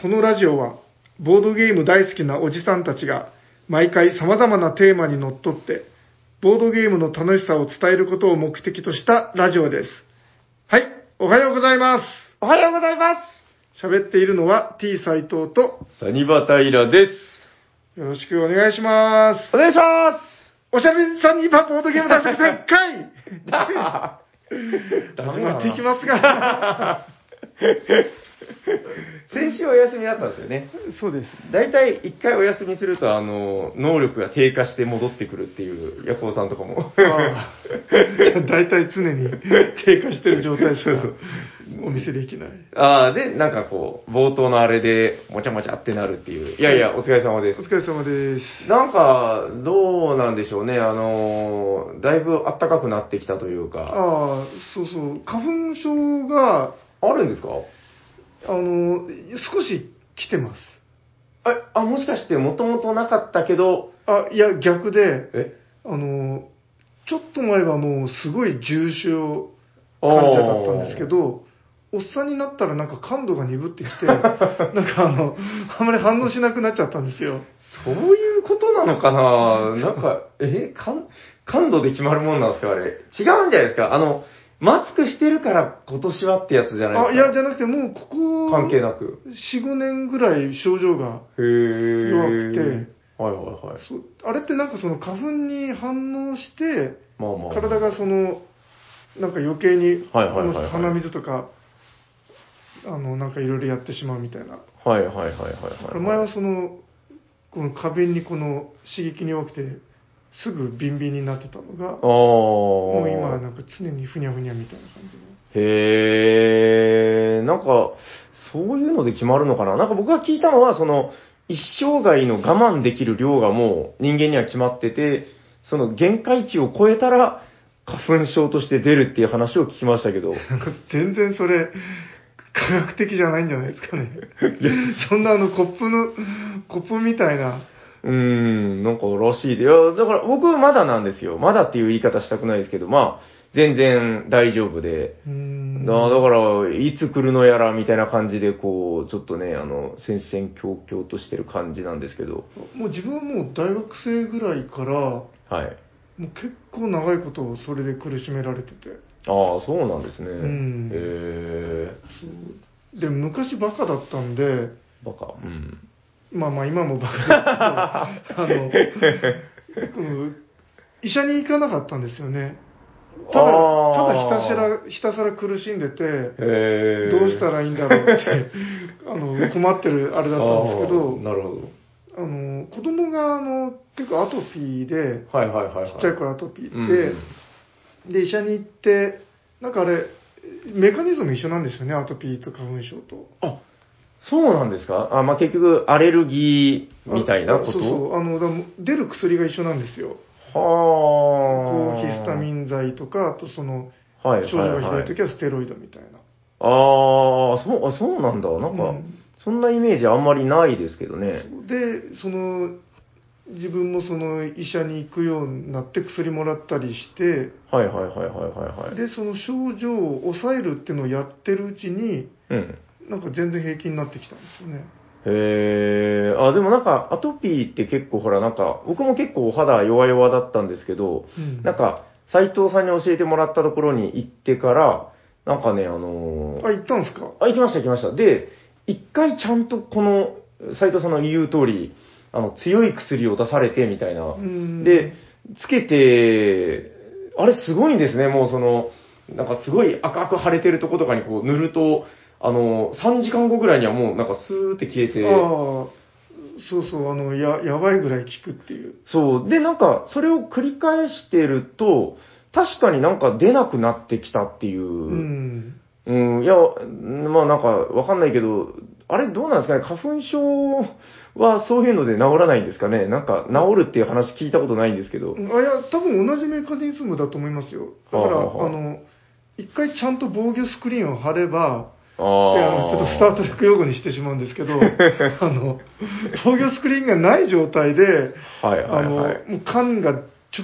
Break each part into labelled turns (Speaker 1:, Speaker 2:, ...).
Speaker 1: このラジオは、ボードゲーム大好きなおじさんたちが、毎回様々なテーマにのっとって、ボードゲームの楽しさを伝えることを目的としたラジオです。はい、おはようございま。
Speaker 2: おはようございます。
Speaker 1: 喋っているのは T 斎藤と、
Speaker 3: サニバタイラです。
Speaker 1: よろしくお願いします
Speaker 2: お願いします
Speaker 1: おしゃべりさんに今ボードゲーム大作戦 会
Speaker 3: ダ
Speaker 1: 始
Speaker 3: メだ
Speaker 1: ま
Speaker 3: な
Speaker 1: っていきますが、
Speaker 3: 先週お休みだったんですよね。
Speaker 1: そうです。
Speaker 3: 大体一回お休みすると、あの、能力が低下して戻ってくるっていう、ヤコウさんとかも。
Speaker 1: 大体常に 低下してる状態しかお見せできない。
Speaker 3: ああ、で、なんかこう、冒頭のあれで、もちゃもちゃってなるっていう。いやいや、お疲れ様です
Speaker 1: お。疲れ様です。
Speaker 3: なんか、どうなんでしょうね。あの、だいぶ暖かくなってきたというか。
Speaker 1: ああ、そうそう、花粉症が、
Speaker 3: あるんですか
Speaker 1: あの、少し来てます。
Speaker 3: あ、あ、もしかして、もともとなかったけど、
Speaker 1: あ、いや、逆で、
Speaker 3: え
Speaker 1: あの、ちょっと前はもうすごい重症患者だったんですけど、おっさんになったらなんか感度が鈍ってき て、なんかあの、あんまり反応しなくなっちゃったんですよ。
Speaker 3: そういうことなの かななんか、え感、感度で決まるもんなんですかあれ。違うんじゃないですかあの、マスクしてるから今年はってやつじゃない
Speaker 1: あ、い
Speaker 3: ですか。
Speaker 1: や、じゃなくてもうここ、
Speaker 3: 関係なく。
Speaker 1: 4、5年ぐらい症状が、
Speaker 3: へー
Speaker 1: 弱くて。
Speaker 3: はいはいはい。
Speaker 1: そうあれってなんかその花粉に反応して、
Speaker 3: まあまあ。
Speaker 1: 体がその、なんか余計に、
Speaker 3: はいはいはいはい
Speaker 1: 鼻水とか、あの、なんかいろいろやってしまうみたいな。
Speaker 3: はいはいはいはいはい。
Speaker 1: 前はその、この花瓶にこの刺激に弱くて、すぐビンビンになってたのが、
Speaker 3: ああ。
Speaker 1: も
Speaker 3: も
Speaker 1: う今はなんか常にふにゃふにゃみたいな感じの。
Speaker 3: へえ、なんか、そういうので決まるのかななんか僕が聞いたのは、その、一生涯の我慢できる量がもう人間には決まってて、その限界値を超えたら、花粉症として出るっていう話を聞きましたけど。
Speaker 1: なんか全然それ、科学的じゃないんじゃないですか ね。そんなあのコップの、コップみたいな。
Speaker 3: うーん、なんからしいで。いや、だから僕まだなんですよ。まだっていう言い方したくないですけど、まあ、全然大丈夫で。
Speaker 1: うーん
Speaker 3: だだから、いつ来るのやらみたいな感じで、こう、ちょっとね、あの、戦々恐々としてる感じなんですけど。
Speaker 1: もう自分はもう大学生ぐらいから、も
Speaker 3: はい。
Speaker 1: う結構長いことそれで苦しめられてて。
Speaker 3: ああ、そうなんですね。
Speaker 1: ん
Speaker 3: へえ。
Speaker 1: そうで、昔バカだったんで、
Speaker 3: バカ。うん。
Speaker 1: まあまあ今もバカだ けど、あの、うん医者に行かなかったんですよね。ただ、
Speaker 3: あ
Speaker 1: ただ
Speaker 3: ー
Speaker 1: ひたすら、ひたすら苦しんでて、
Speaker 3: へえ。
Speaker 1: どうした
Speaker 3: い
Speaker 1: らいいんだろう って、あの、困ってるあれだったんですけど、
Speaker 3: なるほど。
Speaker 1: あの、子供が、あの、結構アトピーで、
Speaker 3: はいはいはい、はい。
Speaker 1: ちっちゃい頃アトピーで、
Speaker 3: うん
Speaker 1: で、医者に行って、なんかあれ、メカニズム一緒なんですよね、アトピーと花粉症と。
Speaker 3: あ、そうなんですかあ、まあ、結局、アレルギーみたいなこと
Speaker 1: そうそう、あの、だから出る薬が一緒なんですよ。
Speaker 3: は
Speaker 1: 抗
Speaker 3: あ。
Speaker 1: ヒスタミン剤とか、あとその、
Speaker 3: はいはい、はい。
Speaker 1: 症状がひどい時はステロイドみたいな。
Speaker 3: ああ、そう、あ、そうなんだ。なんか、
Speaker 1: うん
Speaker 3: そんなイメージあんまりないですけどね。
Speaker 1: で、その、自分もその医者に行くようになって薬もらったりして、
Speaker 3: はいはいはいはいはいはい。
Speaker 1: で、その症状を抑えるっていうのをやってるうちに、
Speaker 3: うん。
Speaker 1: なんか全然平気になってきたんですよね。
Speaker 3: へえ、あ、でもなんか、アトピーって結構ほら、なんか、僕も結構お肌弱々だったんですけど、
Speaker 1: うん
Speaker 3: なんか、斎藤さんに教えてもらったところに行ってから、なんかね、あのー
Speaker 1: あ、行ったんですか
Speaker 3: あ、行きました行きました。で、一回ちゃんとこの、斎藤さんの言う通り、あの、強い薬を出されて、みたいな
Speaker 1: う。ん
Speaker 3: で、つけて、あれすごいんですね、もうその、なんかすごい赤く腫れてるとことかにこう塗ると、あの、3時間後ぐらいにはもうなんかスーって消えて、
Speaker 1: ああ、そうそう、あの、や、やばいぐらい効くっていう。
Speaker 3: そう。で、なんか、それを繰り返してると、確かになんか出なくなってきたっていう。
Speaker 1: う
Speaker 3: うん。
Speaker 1: ん。
Speaker 3: いや、まあなんか、わかんないけど、あれどうなんですかね花粉症はそういうので治らないんですかねなんか、治るっていう話聞いたことないんですけど。
Speaker 1: あ、いや、多分同じメカニズムだと思いますよ。だから、
Speaker 3: はあはあ
Speaker 1: あの、一回ちゃんと防御スクリーンを貼れば、で
Speaker 3: あ
Speaker 1: あ
Speaker 3: あ
Speaker 1: のちょっとスタートレック用語にしてしまうんです けど、あの、防御スクリーンがない状態で、
Speaker 3: はい
Speaker 1: あ
Speaker 3: はい
Speaker 1: の、
Speaker 3: はい。
Speaker 1: もう缶が直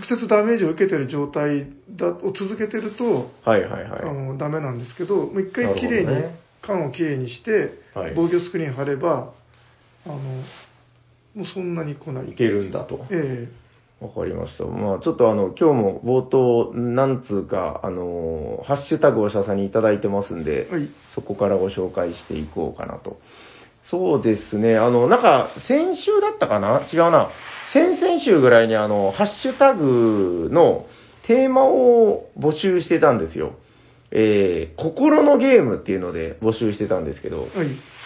Speaker 1: 接ダメージを受けてる状態だを続けてると、
Speaker 3: はいはいはい。
Speaker 1: あの、ダメなんですけど、もう一回綺麗
Speaker 3: なるほど
Speaker 1: に
Speaker 3: ね
Speaker 1: 缶をきれいにして、
Speaker 3: はい
Speaker 1: 防御スクリーン貼ればあのもうそんなに来ない
Speaker 3: いけるんだと。
Speaker 1: え
Speaker 3: わかりました。まあちょっとあの、今日も冒頭、なんつうか、あのー、ハッシュタグを社さんにいただいてますん
Speaker 1: え
Speaker 3: で、
Speaker 1: はい
Speaker 3: そこからご紹介していこうかなと。そうですね、あの、なんか、先週だったかな違うな。先々週ぐらいにあの、ハッシュタグのテーマを募集してたんですよ。えー、心のゲームっていうので募集してたんですけど、
Speaker 1: はい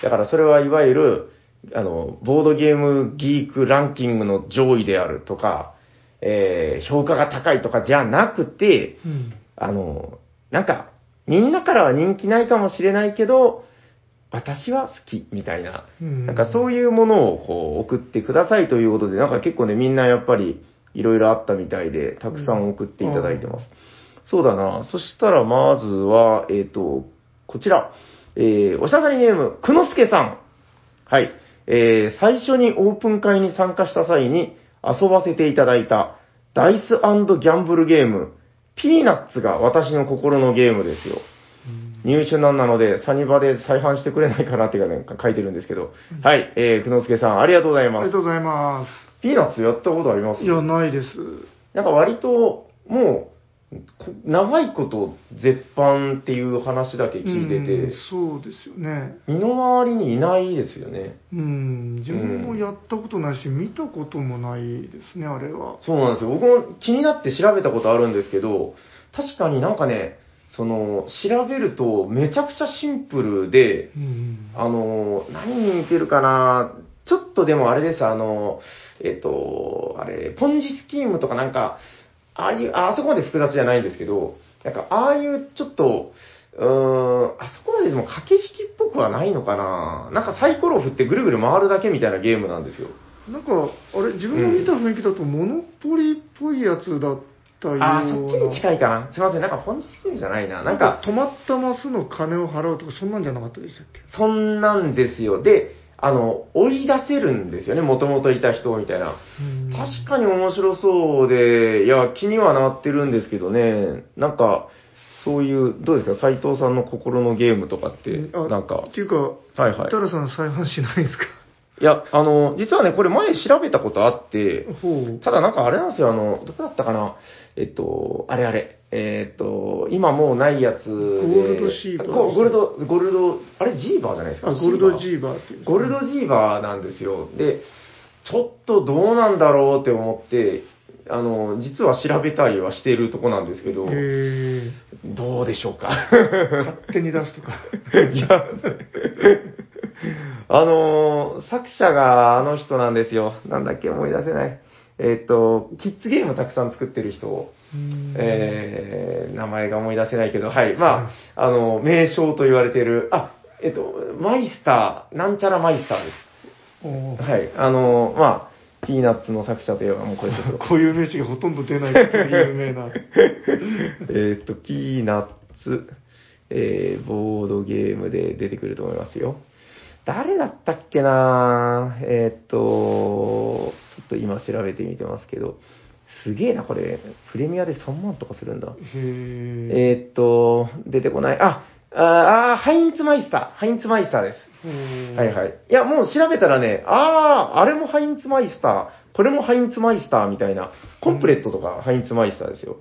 Speaker 3: だからそれはいわゆる、あの、ボードゲームギークランキングの上位であるとか、えー、評価が高いとかじゃなくて、
Speaker 1: うん
Speaker 3: あの、なんか、みんなからは人気ないかもしれないけど、私は好きみたいな、
Speaker 1: うん
Speaker 3: なんかそういうものをこう送ってくださいということで、なんか結構ね、みんなやっぱりいろいろあったみたいで、たくさん送っていただいてます。そうだな。そしたらまずは、えっ、と、こちら。えー、おしゃさりネーム、くのすけさん。はい。えー、最初にオープン会に参加した際に遊ばせていただいたダイスギャンブルゲーム、ピーナッツが私の心のゲームですよ。入手難なので、サニバで再販してくれないかなっていうかね、書いてるんですけど。はい、えー、くのすけさん、ありがとうござい
Speaker 1: あり
Speaker 3: ま
Speaker 1: が
Speaker 3: す
Speaker 1: と。うございま
Speaker 3: ピーナッツやったことあります
Speaker 1: すいやないです
Speaker 3: なんか割と、もう、こ長いこと絶版っていう話だけ聞いてて、
Speaker 1: うんそうですよね
Speaker 3: 身の回りにいないですよね。
Speaker 1: うん自分もやったことないし見たこともないですねあれは
Speaker 3: そうなんですよ。僕も気になって調べたことあるんですけど、確かになんかね、その、調べるとめちゃくちゃシンプルで、
Speaker 1: うん
Speaker 3: あの、何に似てるかなちょっとでもあれです、あの、えっと、あれ、ポンジスキームとかなんか、ああいう、ああそこまで複雑じゃないんですけど、なんか、ああいうちょっと、うーん、あそこまででも駆け引きっぽくはないのかななんかサイコロを振ってぐるぐる回るだけみたいなゲームなんですよ。
Speaker 1: なんかあれ自分が見た雰囲気だとモノポリっぽいやつだったような
Speaker 3: ああ、そっちに近いかな。すいません、なんかポンジスキームじゃないな。なんか、
Speaker 1: 止まったマスの金を払うとかそんなんじゃなかったでしたっけ
Speaker 3: そんなんですよ。で、あの、追い出せるんですよね、もともといた人みたいな。確かに面白そうで、いや、気にはなってるんですけどね、なんか、そういう、どうですか、斉藤さんの心のゲームとかって、
Speaker 1: あ
Speaker 3: なんか
Speaker 1: っ、ていうか、
Speaker 3: はいは
Speaker 1: タラさん再販しないですか
Speaker 3: い。いや、あの、実はね、これ前調べたことあって、
Speaker 1: ほう
Speaker 3: ただなんかあれなんですよ、あの、どこだったかな、えっと、あれあれ、えっと、今もうないやつで、ゴ
Speaker 1: ールドシーバー
Speaker 3: ゴールド、ゴールド、あれ、ジーバーじゃないですか。
Speaker 1: あゴールド
Speaker 3: シ
Speaker 1: ジ
Speaker 3: ーバ
Speaker 1: ーバーっていうんですか
Speaker 3: ゴールドジーバーなんですよ。で、ちょっとどうなんだろうって思って、あの、実は調べたりはしてるとこなんですけど、
Speaker 1: へえ
Speaker 3: どうでしょうか。
Speaker 1: 勝手に出すとか
Speaker 3: いや、あのー作者があの人なんですよ。なんだっけ、思い出せない。えっ、と、キッズゲームたくさん作ってる人、
Speaker 1: うん
Speaker 3: えー、名前が思い出せないけど、はい。まあ、あの、名称と言われてる、あ、えっ、と、マイスター、なんちゃらマイスターです。
Speaker 1: おー。
Speaker 3: はい。あのまあ、ピーナッツの作者といえば、もうこれちょっ と
Speaker 1: こういう名詞がほとんど出ないっていう有名な
Speaker 3: えーっと、ピーナッツ、えー、ボードゲームで出てくると思いますよ。誰だったっけなえーっと、ちょっと今調べてみてますけど、すげえな、これ。プレミアで3万とかするんだ。
Speaker 1: へえ
Speaker 3: えーっと、出てこない。あ、あー、ハインツマイスター。ハインツマイスターです。はいはい。いや、もう調べたらね、あー、あれもハインツマイスター、これもハインツマイスターみたいな、コンプレットとかハインツマイスターですよ。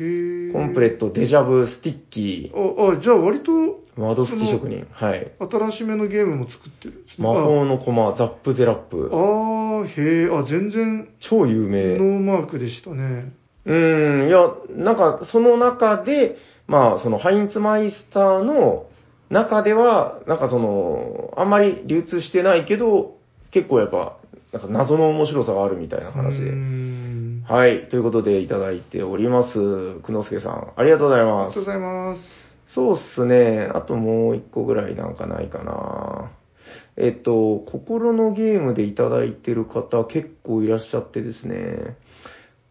Speaker 1: へえ
Speaker 3: コンプレット、デジャブ、スティッキ
Speaker 1: ああじゃあ割と
Speaker 3: ー、マドスキ職人、はい。
Speaker 1: 新しめのゲームも作ってるんですね
Speaker 3: 魔法の駒、ザップゼラップ。
Speaker 1: ああへえあ全然
Speaker 3: 超有名。
Speaker 1: ノーマークでしたね
Speaker 3: うーん、いや、なんか、その中で、まあ、そのハインツマイスターの中では、なんかその、あんまり流通してないけど、結構やっぱ、なんか謎の面白さがあるみたいな話で
Speaker 1: うー。ん
Speaker 3: はい。ということで、いただいております。くのすけさん、ありがとうござい
Speaker 1: あり
Speaker 3: ま
Speaker 1: が
Speaker 3: す
Speaker 1: とう。ございます
Speaker 3: そうっすね。あともう一個ぐらいなんかないかな。えっと、心のゲームでいただいてる方結構いらっしゃってですね。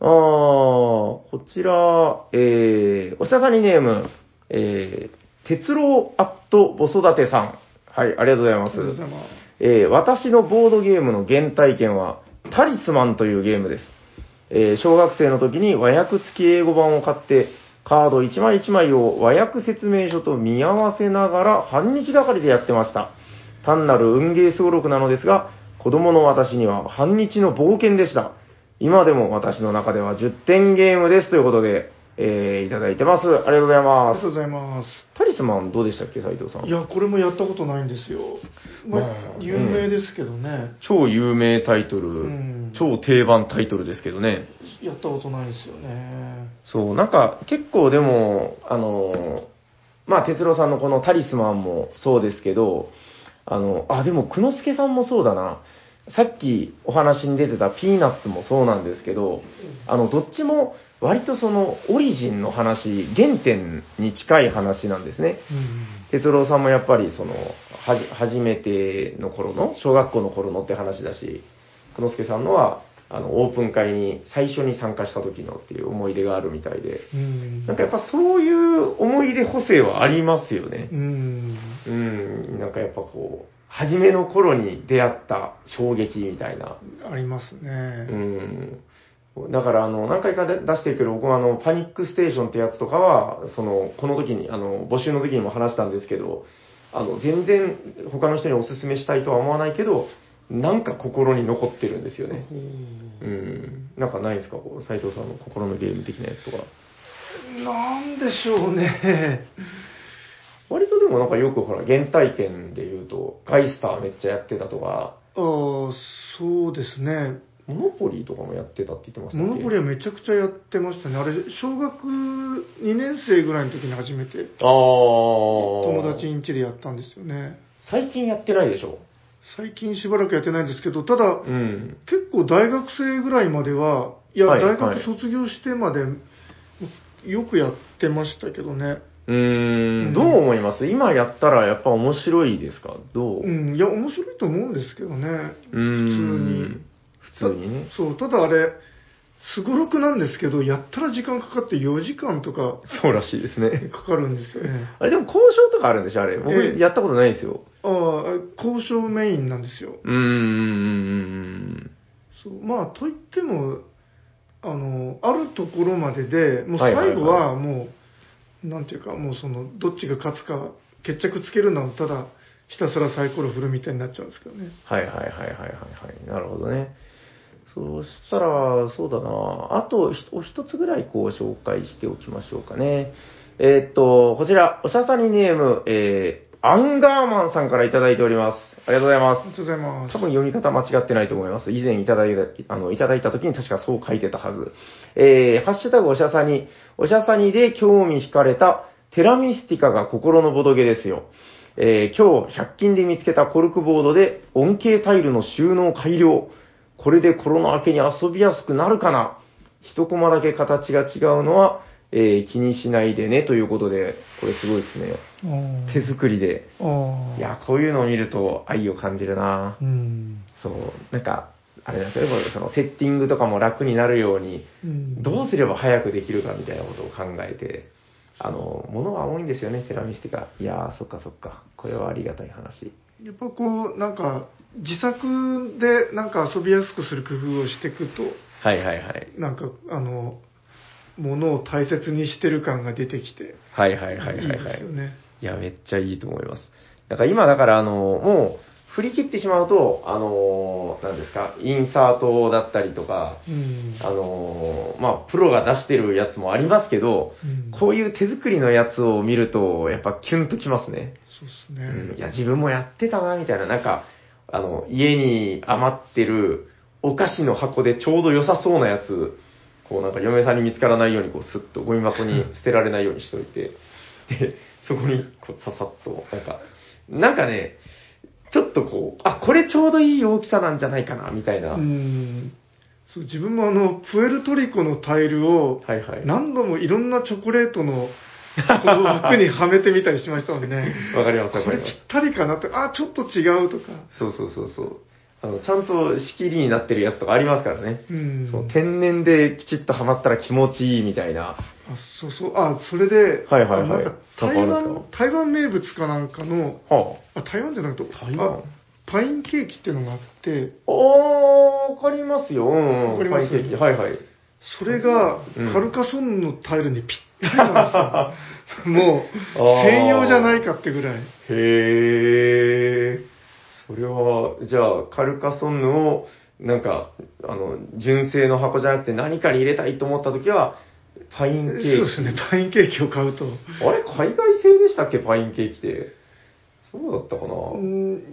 Speaker 3: あー、こちら、えー、おしゃさにネーム、えー、鉄郎アットボソダテさん。はい、ありがとうござい
Speaker 1: あ
Speaker 3: ま
Speaker 1: りがとうご
Speaker 3: す
Speaker 1: ざ。います
Speaker 3: えー私のボードゲームの原体験は、タリスマンというゲームです。えー小学生の時に和訳付き英語版を買って、カード1枚1枚を和訳説明書と見合わせながら半日がかりでやってました。単なる運ゲー総録なのですが、子供の私には半日の冒険でした。今でも私の中では10点ゲームですということで、えー、いただいてます。ありがとうござい
Speaker 1: あ
Speaker 3: ま
Speaker 1: りがとうございます。
Speaker 3: す。タリスマンどうでしたっけ、斉藤さん
Speaker 1: い。や、これもやったことないんですよ。ま
Speaker 3: ま
Speaker 1: あ
Speaker 3: あ、
Speaker 1: 有名ですけどね、
Speaker 3: 超有名タイトル、
Speaker 1: うん
Speaker 3: 超定番タイトルですけどね。
Speaker 1: やったことないですよね。
Speaker 3: そう、なんか結構でも、あの、まあ、哲郎さんのこのタリスマンもそうですけど、あの、あ、でも、久之助さんもそうだな。さっきお話に出てたピーナッツもそうなんですけど、あの、どっちも割とそのオリジンの話、原点に近い話なんですね。
Speaker 1: うん。
Speaker 3: 哲郎さんもやっぱりそのはじ初めての頃の小学校の頃のって話だし久之助さんのはあのオープン会に最初に参加した時のっていう思い出があるみたいで
Speaker 1: うん。
Speaker 3: なんかやっぱそういう思い出補正はありますよね
Speaker 1: うん。
Speaker 3: うんなんかやっぱこう初めの頃に出会った衝撃みたいな
Speaker 1: ありますね。
Speaker 3: うん。だから、あの、何回かで出してるけど、僕はあの、パニックステーションってやつとかは、その、この時に、あの、募集の時にも話したんですけど、あの、全然他の人にお勧めしたいとは思わないけど、なんか心に残ってるんですよね。
Speaker 1: ほ
Speaker 3: う。
Speaker 1: うん
Speaker 3: なんかないですか、こう、斎藤さんの心のゲーム的なやつとか。
Speaker 1: なんでしょうね。
Speaker 3: 割とでもなんかよくほら、原体験で言うと、ガイスターめっちゃやってたとか、
Speaker 1: ああ、そうですね。
Speaker 3: モノポリーとかもやってたって言ってましたっけ
Speaker 1: モノポリはめちゃくちゃやってましたね。あれ、小学2年生ぐらいの時に初めて
Speaker 3: ああ。友
Speaker 1: 友達ん家でやったんですよね。
Speaker 3: 最近やってないでしょ。
Speaker 1: 最近しばらくやってないんですけど、ただ、
Speaker 3: うん。
Speaker 1: 結構大学生ぐらいまでは、いや、
Speaker 3: はい
Speaker 1: 大
Speaker 3: は
Speaker 1: 学
Speaker 3: い
Speaker 1: 卒業してまで、よくやってましたけどね。
Speaker 3: うーん、どう思います今やったらやっぱ面白いですかどう
Speaker 1: う
Speaker 3: うーん
Speaker 1: ん、いや、面白いと思うんですけどね。
Speaker 3: 普通に。普通にね。
Speaker 1: そう、ただあれ、すごろくなんですけど、やったら時間かかって4時間とか
Speaker 3: そうらしいですね。
Speaker 1: かかるんですよね。
Speaker 3: あれでも交渉とかあるんでしょあれ。僕
Speaker 1: ええ
Speaker 3: やったことないですよ。
Speaker 1: ああ、交渉メインなんですよ。
Speaker 3: うーん。
Speaker 1: そうまあ、といっても、あの、あるところまでで、もう
Speaker 3: はいはいはい
Speaker 1: 最後はもう、なんていうか、もうその、どっちが勝つか、決着つけるのはただ、ひたすらサイコロ振るみたいになっちゃうんですけどね。
Speaker 3: はいはいはいはいはいはい。なるほどね。そうしたら、そうだなあと、ひお一つぐらいこう紹介しておきましょうかね。えーっと、こちら、おしゃさにネーム、えー、アンガーマンさんからいただいております。ありがとうございます
Speaker 1: あり。がとうございます。
Speaker 3: 多分読み方間違ってないと思います。以前いただいた、あの、いただいた時に確かそう書いてたはず。えー、ハッシュタグおしゃさに、おしゃさにで興味惹かれたテラミスティカが心のボドゲですよ。えー、今日100均で見つけたコルクボードで音形タイルの収納改良。これでコロナ明けに遊びやすくなるかな一コマだけ形が違うのは、えー、気にしないでねということで、これすごいですね。
Speaker 1: うん
Speaker 3: 手作りで。
Speaker 1: ああ。
Speaker 3: いや、こういうのを見ると愛を感じるなぁ。
Speaker 1: うん。
Speaker 3: そう、なんか、あれなんですよね、これそのセッティングとかも楽になるように、
Speaker 1: うん。
Speaker 3: どうすれば早くできるかみたいなことを考えて、あの、物は多いんですよね、テラミスティカ。いやー、そっかそっか。これはありがたい話。
Speaker 1: やっぱこう、なんか、自作でなんか遊びやすくする工夫をしていくと、
Speaker 3: はいはいはい。
Speaker 1: なんか、あの、ものを大切にしてる感が出てきて、
Speaker 3: はいはいはいはいい
Speaker 1: い
Speaker 3: は
Speaker 1: で
Speaker 3: い。
Speaker 1: すよね。
Speaker 3: いや、めっちゃいいと思います。だから今、だから、あの、もう、振り切ってしまうと、あの、なんですか、インサートだったりとか、
Speaker 1: うん。
Speaker 3: あの、まあ、プロが出してるやつもありますけど、
Speaker 1: うん
Speaker 3: こういう手作りのやつを見ると、やっぱキュンときますね。
Speaker 1: そうですね。
Speaker 3: うん、いや、自分もやってたな、みたいな、なんか、あの、家に余ってるお菓子の箱でちょうど良さそうなやつ、こうなんか嫁さんに見つからないように、こうスッとゴミ 箱に捨てられないようにしといて、で、そこにこうささっと、なんか、なんかね、ちょっとこう、あ、これちょうどいい大きさなんじゃないかな、みたいな。
Speaker 1: うんそう自分もあの、プエルトリコのタイルを、
Speaker 3: はいはい。
Speaker 1: 何度もいろんなチョコレートの、この服にはめてみたりしましたもんね。
Speaker 3: わかります、わ
Speaker 1: こ
Speaker 3: か
Speaker 1: れ
Speaker 3: り
Speaker 1: ぴ
Speaker 3: ま
Speaker 1: っ
Speaker 3: す。
Speaker 1: たりかなって、あ、ちょっと違うとか。
Speaker 3: そうそうそうそう。あの、ちゃんと仕切りになってるやつとかありますからね。
Speaker 1: うん。
Speaker 3: そう天然できちっとハマったら気持ちいいみたいな。
Speaker 1: あそうそう、あ、それで、
Speaker 3: はいはいはい
Speaker 1: なんか台
Speaker 3: なんかあるんで
Speaker 1: 湾
Speaker 3: す、
Speaker 1: 台湾名物かなんかの、
Speaker 3: は
Speaker 1: あ、台湾じゃなくて、
Speaker 3: 台湾
Speaker 1: あパインケーキっていうのがあって、
Speaker 3: あ。あー、わかりますよ。うんうん。
Speaker 1: わかります
Speaker 3: パンケーキはいはい。
Speaker 1: それが
Speaker 3: うん
Speaker 1: カルカソンヌのタイルにぴったりなんですよ。 もう
Speaker 3: あー
Speaker 1: 専用じゃないかってぐらい。
Speaker 3: へえ。それは、じゃあ、カルカソンヌを、なんか、あの、純正の箱じゃなくて何かに入れたいと思った時は、パイン
Speaker 1: そ
Speaker 3: ケ
Speaker 1: う
Speaker 3: ーキ。
Speaker 1: ですね、パインケーキを買うと。
Speaker 3: あれ、海外製でしたっけパインケーキって。そうだったかな、
Speaker 1: うん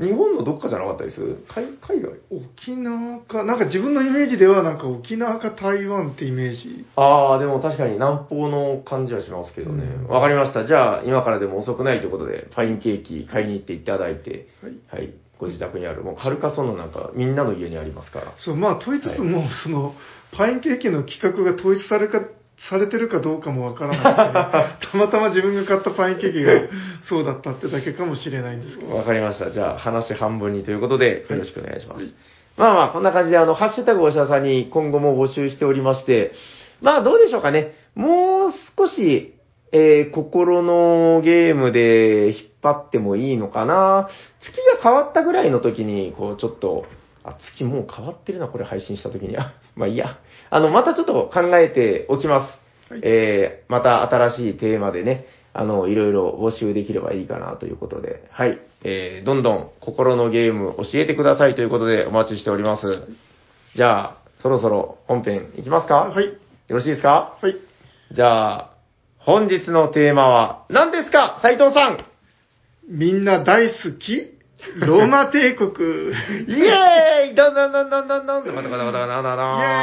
Speaker 3: 日本のどっかじゃなかったです海海外
Speaker 1: 沖縄か、なんか自分のイメージではなんか沖縄か台湾ってイメージ。
Speaker 3: ああ、でも確かに南方の感じはしますけど
Speaker 1: う
Speaker 3: ね
Speaker 1: ん。
Speaker 3: わ、かりました。じゃあ、今からでも遅くないということで、パインケーキ買いに行っていただいて、
Speaker 1: はい
Speaker 3: はい、ご自宅にある、もうカルカソンヌなんかみんなの家にありますから。
Speaker 1: そう、まあ問いつつも、その、パインケーキの企画が統一されか、されてるかどうかもわからない ので、たまたま自分が買ったパインケーキがそうだったってだけかもしれないんですけど。
Speaker 3: わかりました。じゃあ、話半分にということで、よろしくお願いします。まあまあ、こんな感じで、あの、ハッシュタグおしゃさんに今後も募集しておりまして、まあ、どうでしょうかね。もう少し、えー、心のゲームで引っ張ってもいいのかな。月が変わったぐらいの時に、こう、ちょっと、あ、月もう変わってるな、これ配信した時には。まあいいや。あの、またちょっと考えておきます。
Speaker 1: はい
Speaker 3: えー、また新しいテーマでね、あの、いろいろ募集できればいいかなということで、はい。えー、どんどん心のゲーム教えてくださいということでお待ちしております。じゃあ、そろそろ本編いきますか
Speaker 1: はい。
Speaker 3: よろしいですか
Speaker 1: はい。
Speaker 3: じゃあ、本日のテーマは何ですか斉藤さん
Speaker 1: みんな大好きローマ帝国。
Speaker 3: イエーイどんどんどんどんどんどんどんどんどんどんどんどんどんどん
Speaker 1: イエーイ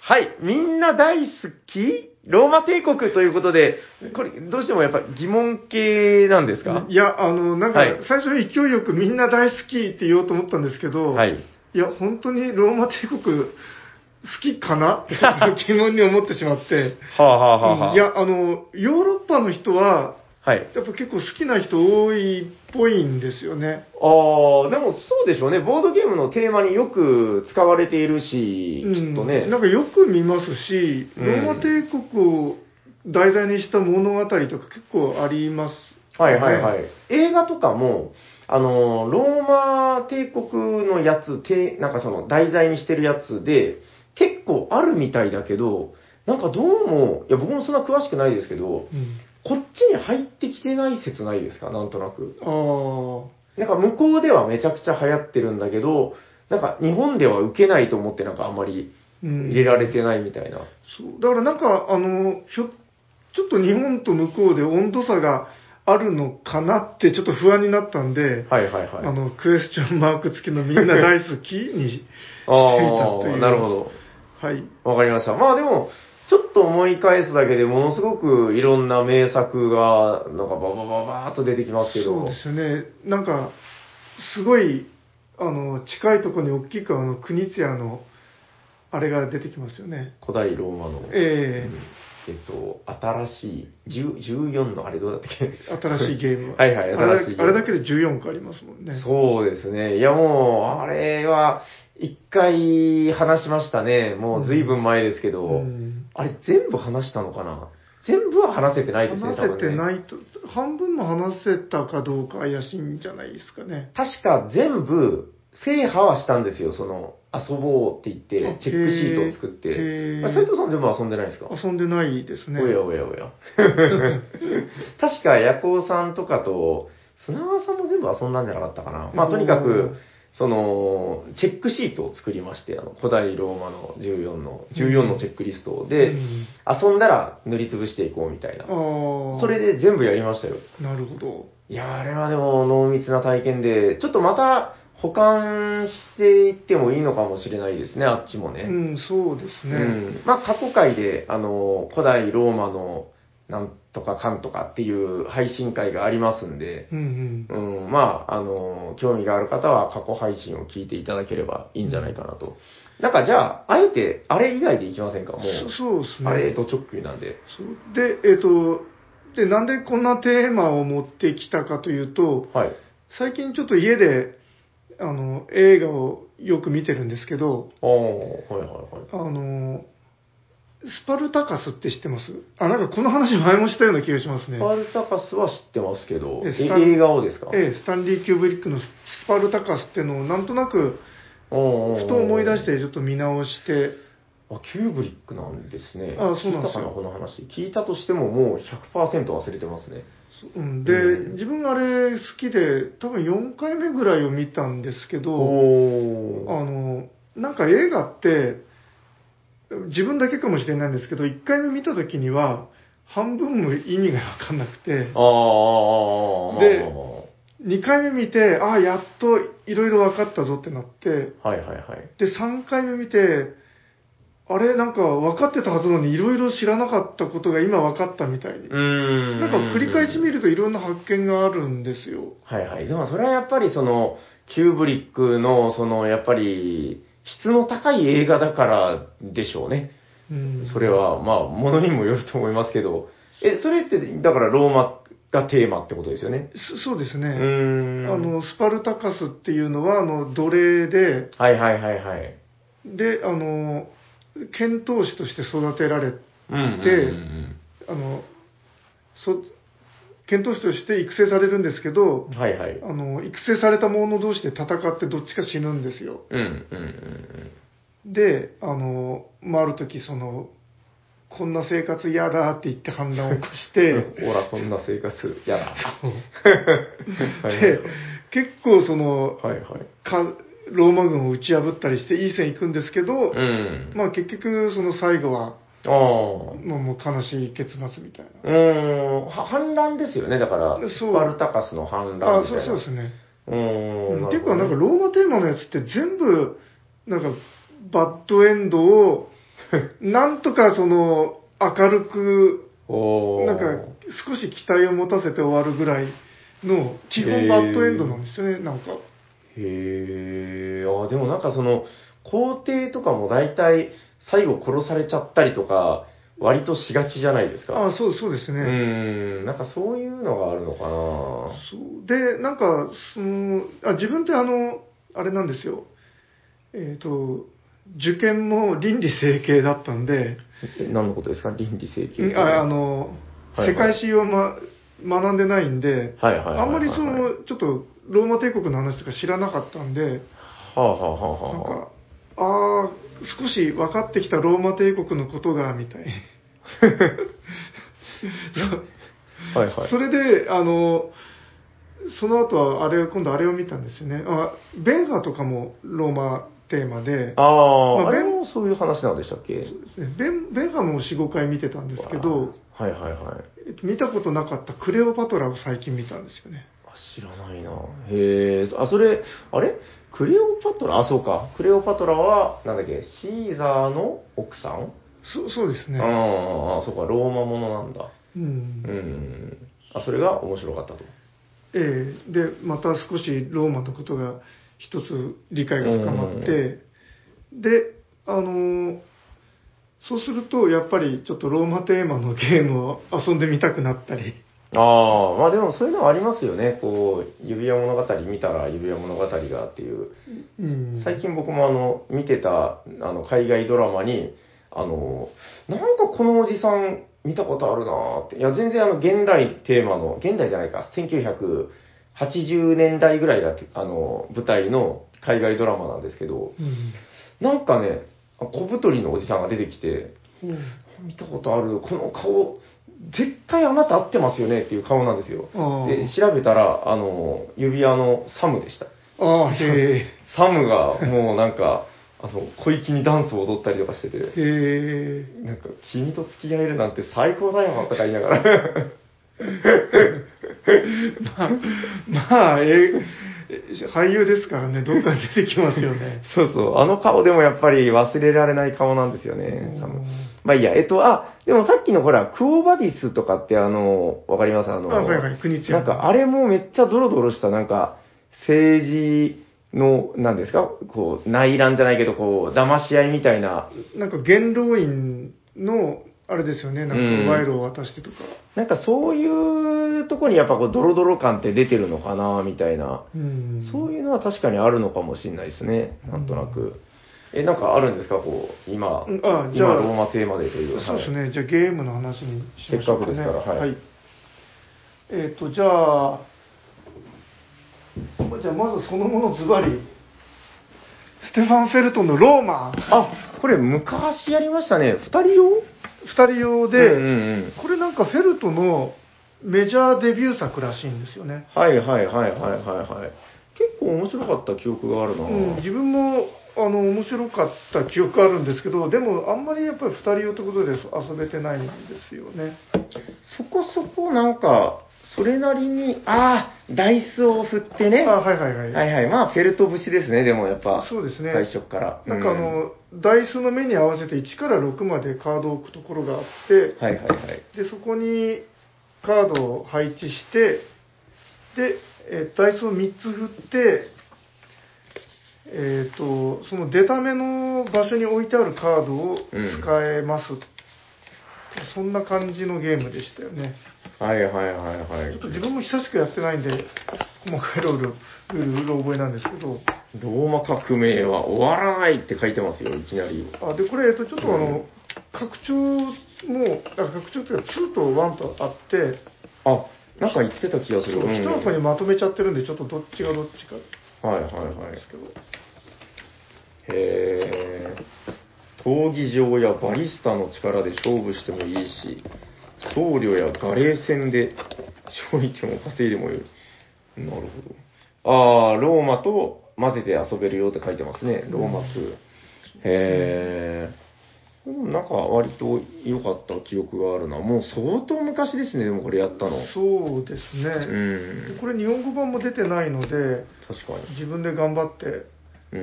Speaker 3: はい、みんな大好きローマ帝国ということで、これどうしてもやっぱ疑問系なんですか
Speaker 1: いや、あの、なんか
Speaker 3: はい、
Speaker 1: 最初に勢いよくみんな大好きって言おうと思ったんですけど、
Speaker 3: はい。
Speaker 1: いや、本当にローマ帝国好きかなってちょっと疑問に思ってしまって。
Speaker 3: はあはあはあはあ。
Speaker 1: い、や、あの、ヨーロッパの人は、
Speaker 3: はい。
Speaker 1: やっぱ結構好きな人多いっぽいんですよね。
Speaker 3: ああ、でもそうでしょうね。ボードゲームのテーマによく使われているし、
Speaker 1: うん
Speaker 3: きっとね。
Speaker 1: なんかよく見ますし、
Speaker 3: うん
Speaker 1: ローマ帝国を題材にした物語とか結構あります。
Speaker 3: はいはいはい。映画とかも、あの、ローマ帝国のやつ、てなんかその題材にしてるやつで、結構あるみたいだけど、なんかどうも、いや僕もそんな詳しくないですけど、
Speaker 1: うん
Speaker 3: こっちに入ってきてない説ないですかなんとなく。
Speaker 1: あ
Speaker 3: なんか向こうではめちゃくちゃ流行ってるんだけど、なんか日本では受けないと思ってなんかあんまり
Speaker 1: あ、うん
Speaker 3: 入れられてないみたいな。
Speaker 1: そうだからなんか、あの、ひょ、ちょっと日本と向こうで温度差があるのかなってちょっと不安になったんで、
Speaker 3: はいはいはい。
Speaker 1: あの、クエスチョンマーク付きのみんな大好きに していたとい
Speaker 3: あー
Speaker 1: う。
Speaker 3: なるほど。
Speaker 1: はい。
Speaker 3: わかりました。まあでも、ちょっと思い返すだけでものすごくいろんな名作が、なんかバババババーっと出てきますけど。
Speaker 1: そうですよね。なんか、すごい、あの、近いところに大きくあの、国津屋の、あれが出てきますよね。
Speaker 3: 古代ローマの。
Speaker 1: え
Speaker 3: えっと、新しい、10 14のあれどうだったっけ
Speaker 1: え新しいゲーム
Speaker 3: はい
Speaker 1: あ
Speaker 3: はい
Speaker 1: れだ
Speaker 3: 新しいゲーム
Speaker 1: あれだけで14個ありますもんね。
Speaker 3: そうですね。いやもう、あれは、一回話しましたね。もう随分前ですけど。
Speaker 1: うん
Speaker 3: あれ全部話したのかな全部は話せてないですね、
Speaker 1: 話せて
Speaker 3: い。
Speaker 1: ないと、半分も話せたかどうか怪しいんじゃないですかね。
Speaker 3: 確か全部制覇はしたんですよ、その、遊ぼうって言って、チェックシートを作って。
Speaker 1: へー
Speaker 3: あ斉藤さん全部遊んでないですか、
Speaker 1: 遊んでないですね。
Speaker 3: おやおやおや。 確か、夜行さんとかと、砂川さんも全部遊んだんじゃなかったかな。まあ、とにかく、その、チェックシートを作りまして、あの、古代ローマの14の、14のチェックリストをで、
Speaker 1: うん
Speaker 3: 遊んだら塗りつぶしていこうみたいな。
Speaker 1: ああ。
Speaker 3: それで全部やりましたよ。
Speaker 1: なるほど。
Speaker 3: いやーあれはでも濃密な体験で、ちょっとまた保管していってもいいのかもしれないですね、あっちも
Speaker 1: う
Speaker 3: ね。
Speaker 1: ん、そうです
Speaker 3: う
Speaker 1: ね。
Speaker 3: ん。まあ過去回で、あの、古代ローマのなんとかかんとかっていう配信会がありますんで、
Speaker 1: うん、うん。
Speaker 3: うん、まあ、あの、興味がある方は過去配信を聞いていただければいいんじゃないかなと。なんかじゃあ、あえて、あれ以外でいきませんかもう、
Speaker 1: そそうですね。
Speaker 3: あれ、ド直球なんで。
Speaker 1: そうで、えっ、と、で、なんでこんなテーマを持ってきたかというと、
Speaker 3: はい。
Speaker 1: 最近ちょっと家で、あの、映画をよく見てるんですけど、
Speaker 3: おー、はいはいはい。
Speaker 1: あの、スパルタカスって知ってますあ、なんかこの話前もしたような気がしますね
Speaker 3: ス。パルタカスは知ってますけど、
Speaker 1: え
Speaker 3: え
Speaker 1: スタン
Speaker 3: 映画をですか
Speaker 1: ええ、スタンリー・キューブリックのスパルタカスっていうのをなんとなく、
Speaker 3: ふと
Speaker 1: ふと思い出してちょっと見直して、
Speaker 3: あ、キューブリックなんですね。
Speaker 1: あそうなんですよ
Speaker 3: 聞いたかな、この話。聞いたとしてももう100%忘れてますね。
Speaker 1: うん、で、
Speaker 3: うん
Speaker 1: 自分あれ好きで、多分4回目ぐらいを見たんですけど、あ
Speaker 3: おー。
Speaker 1: の、なんか映画って、自分だけかもしれないんですけど、1回目見た時には、半分も意味がわかんなくて、
Speaker 3: あーあー、あーあー、
Speaker 1: で
Speaker 3: あー
Speaker 1: 2回目見て、ああ、やっといろいろ分かったぞってなって、
Speaker 3: はいはいはい。
Speaker 1: で、3回目見て、あれ、なんか分かってたはずのに、いろいろ知らなかったことが今分かったみたいに
Speaker 3: う。ーん。
Speaker 1: なんか繰り返し見るといろんな発見があるんですよ。
Speaker 3: はいはい。でもそれはやっぱりその、キューブリックの、その、やっぱり、質の高い映画だからでしょうね。
Speaker 1: うん、
Speaker 3: それは、まあ、ものにもよると思いますけど。え、それって、だからローマがテーマってことですよね。
Speaker 1: そそうです
Speaker 3: うー
Speaker 1: ね。あ
Speaker 3: ん。
Speaker 1: の、スパルタカスっていうのは、あの、奴隷で、
Speaker 3: はいはいはいはい。
Speaker 1: で、あの、剣闘士として育てられ、
Speaker 3: うんうんうんうん
Speaker 1: であの、そ、剣闘士として育成されるんですけど、
Speaker 3: はいはい。
Speaker 1: あの、育成された者同士で戦ってどっちか死ぬんですよ。
Speaker 3: うんうんうん
Speaker 1: で、あの、まあ、ある時、その、こんな生活嫌だって言って反乱を起こ し
Speaker 3: う
Speaker 1: て、
Speaker 3: ん。ほら、こんな生活、やだ。は い
Speaker 1: で、結構その、
Speaker 3: はいはい。
Speaker 1: かローマ軍を打ち破ったりしていい線行くんですけど、
Speaker 3: うん。
Speaker 1: まあ結局その最後は、
Speaker 3: ああ。
Speaker 1: もうもう悲しい結末みたいな。
Speaker 3: うーん、は反乱ですよね、だから、
Speaker 1: そう
Speaker 3: スパルタカスの反乱
Speaker 1: あ
Speaker 3: みたい
Speaker 1: そ
Speaker 3: な。
Speaker 1: うそうですね。
Speaker 3: うーん。
Speaker 1: っていうかなんか
Speaker 3: る
Speaker 1: ローマテーマのやつって全部、なんかバッドエンドを、なんとかその明るく、
Speaker 3: ほどね、
Speaker 1: なんか少し期待を持たせて終わるぐらいの基本バッドエンドなんですよね、なんか。
Speaker 3: おーへえ、あ、でもなんかその、皇帝とかも大体、最後殺されちゃったりとか、割としがちじゃないですか。
Speaker 1: あそう、そうです
Speaker 3: う
Speaker 1: ね。
Speaker 3: ーん、なんかそういうのがあるのか
Speaker 1: そうで、なんか、そのあ自分ってあの、あれなんですよ、えっ、と、受験も倫理整形だったんで、
Speaker 3: な何のことですか倫理請求。
Speaker 1: ああ、の、
Speaker 3: はいはい
Speaker 1: 世界史を、ま、学んでないんで、
Speaker 3: はいはいはいはいはい
Speaker 1: あんまりその、ちょっとローマ帝国の話とか知らなかったんで、
Speaker 3: はあはあはあ
Speaker 1: なん
Speaker 3: はあ。
Speaker 1: か、ああ、少し分かってきたローマ帝国のことが、みたい な。そう
Speaker 3: はいはい。
Speaker 1: それで、あの、その後は、あれ、今度あれを見たんですよね。あベンハーとかもローマテーマで、
Speaker 3: ああ、
Speaker 1: まあ
Speaker 3: あれ
Speaker 1: 弁
Speaker 3: もそういう話なんでしたっけ
Speaker 1: そうですねベンベンハーも4、5回見てたんですけど、
Speaker 3: はいはいはい。
Speaker 1: えっと見たことなかったクレオパトラを最近見たんですよね。
Speaker 3: あ知らないなへえあそれあれクレオパトラあそうかクレオパトラはなんだっけシーザーの奥さん、
Speaker 1: そそうです
Speaker 3: あ
Speaker 1: ね。
Speaker 3: ああそうかローマものなんだ
Speaker 1: う
Speaker 3: うん
Speaker 1: ん
Speaker 3: んあそれが面白かったと
Speaker 1: ええで、また少しローマのことが一つ理解が深まって、で、あのそうすると、やっぱりちょっとローマテーマのゲームを遊んでみたくなったり、
Speaker 3: ああまあでもそういうのはありますよねこう指輪物語見たら指輪物語がっていう
Speaker 1: うん、
Speaker 3: 最近僕もあの見てたあの海外ドラマにあのなんかこのおじさん見たことあるなーっていや全然あの現代テーマの現代じゃないか1980年代ぐらいだってあの舞台の海外ドラマなんですけど
Speaker 1: うん
Speaker 3: なんかね小太りのおじさんが出てきて見たことあるこの顔絶対あなた合ってますよねっていう顔なんですよ
Speaker 1: あ
Speaker 3: で調べたらあの指輪のサムでした
Speaker 1: あああ、へ
Speaker 3: サムがもうなんか、あの、小粋にダンスを踊ったりとかしてて
Speaker 1: え、、へえ、
Speaker 3: なんか、君と付き合えるなんて最高だよとか言いなが ら。
Speaker 1: まあ、まあ、え俳優ですからね、どっかに出てきますよ ね。
Speaker 3: そうそう、あの顔でもやっぱり忘れられない顔なんですよね、サム。まあいいや、えっと、あ、でもさっきのほら、クオバディスとかってあの、わかりますあ
Speaker 1: あ、
Speaker 3: の、
Speaker 1: はいはい、国津屋
Speaker 3: なんかあれもめっちゃドロドロした、なんか、政治の、なんですか、こう、内乱じゃないけど、こう、騙し合いみたいな、
Speaker 1: なんか元老院の、あれですよね、なんか
Speaker 3: うん
Speaker 1: 賄賂を渡してとか。
Speaker 3: なんかそういうとこにやっぱこうドロドロ感って出てるのかなみたいな、
Speaker 1: うん。
Speaker 3: そう
Speaker 1: う。
Speaker 3: いうのは確かにあるのかもしれないですね、なんとなく。え、なんかあるんですか、こう、今、
Speaker 1: うんあじ
Speaker 3: 今
Speaker 1: ゃあ
Speaker 3: ローマテーマでという。
Speaker 1: そうです
Speaker 3: はい
Speaker 1: ね、じゃあゲームの話にしましょうか、ね。
Speaker 3: せっかくですからはい
Speaker 1: えっ、と、じゃあ、じゃあまずそのものズバリ、ステファン・フェルトンのローマ。
Speaker 3: あ、ここれ昔やりましたね。二人用
Speaker 1: 二人用で、
Speaker 3: うんうんうん
Speaker 1: これなんかフェルトのメジャーデビュー作らしいんですよね、
Speaker 3: はいはいはいはいはいはい。結構面白かった記憶があるな、
Speaker 1: うん、自分もあの面白かった記憶あるんですけどでもあんまりやっぱり二人用ってことで遊べてないんですよね
Speaker 3: そこそこなんか、それなりに、ああ、ダイスを振ってね。
Speaker 1: あはいはいはい、
Speaker 3: はいはい。まあ、フェルト節ですね、でもやっぱ。
Speaker 1: そうですね
Speaker 3: 最初から。
Speaker 1: なんかあ
Speaker 3: う
Speaker 1: の、ダイスの目に合わせて1から6までカードを置くところがあって、
Speaker 3: はいはいはい。
Speaker 1: でそこにカードを配置してで、えーダイスを3つ振って、えー、とその出た目の場所に置いてあるカードを使えます、そんな感じのゲームでしたよね
Speaker 3: はいはいはいは
Speaker 1: ちょ
Speaker 3: い
Speaker 1: っと。自分も久しくやってないんで細かいルールルールうろ覚えなんですけど
Speaker 3: ローマ革命は終わらないって書いてますよ、いきなり。
Speaker 1: あでこれ、えっと、ちょっとあの、
Speaker 3: うん
Speaker 1: 拡張もあ拡張というか2と1とあって
Speaker 3: あ、なんか言ってた気がす
Speaker 1: 一
Speaker 3: る。うん
Speaker 1: 箱にまとめちゃってるんでちょっとどっちがどっちか
Speaker 3: はいはいはい
Speaker 1: で。すけど、
Speaker 3: へえ。闘技場やバリスタの力で勝負してもいいし、僧侶やガレー戦で勝利点を稼いでもよい。なるほど。ああ、ローマと混ぜて遊べるよって書いてますね。ローマ2。へえ。でもなんか割と良かった記憶があるな。もう相当昔ですね、でもこれやったの。
Speaker 1: そうです
Speaker 3: う
Speaker 1: ね、
Speaker 3: ん。
Speaker 1: これ日本語版も出てないので
Speaker 3: 確かに。
Speaker 1: 自分で頑張って
Speaker 3: う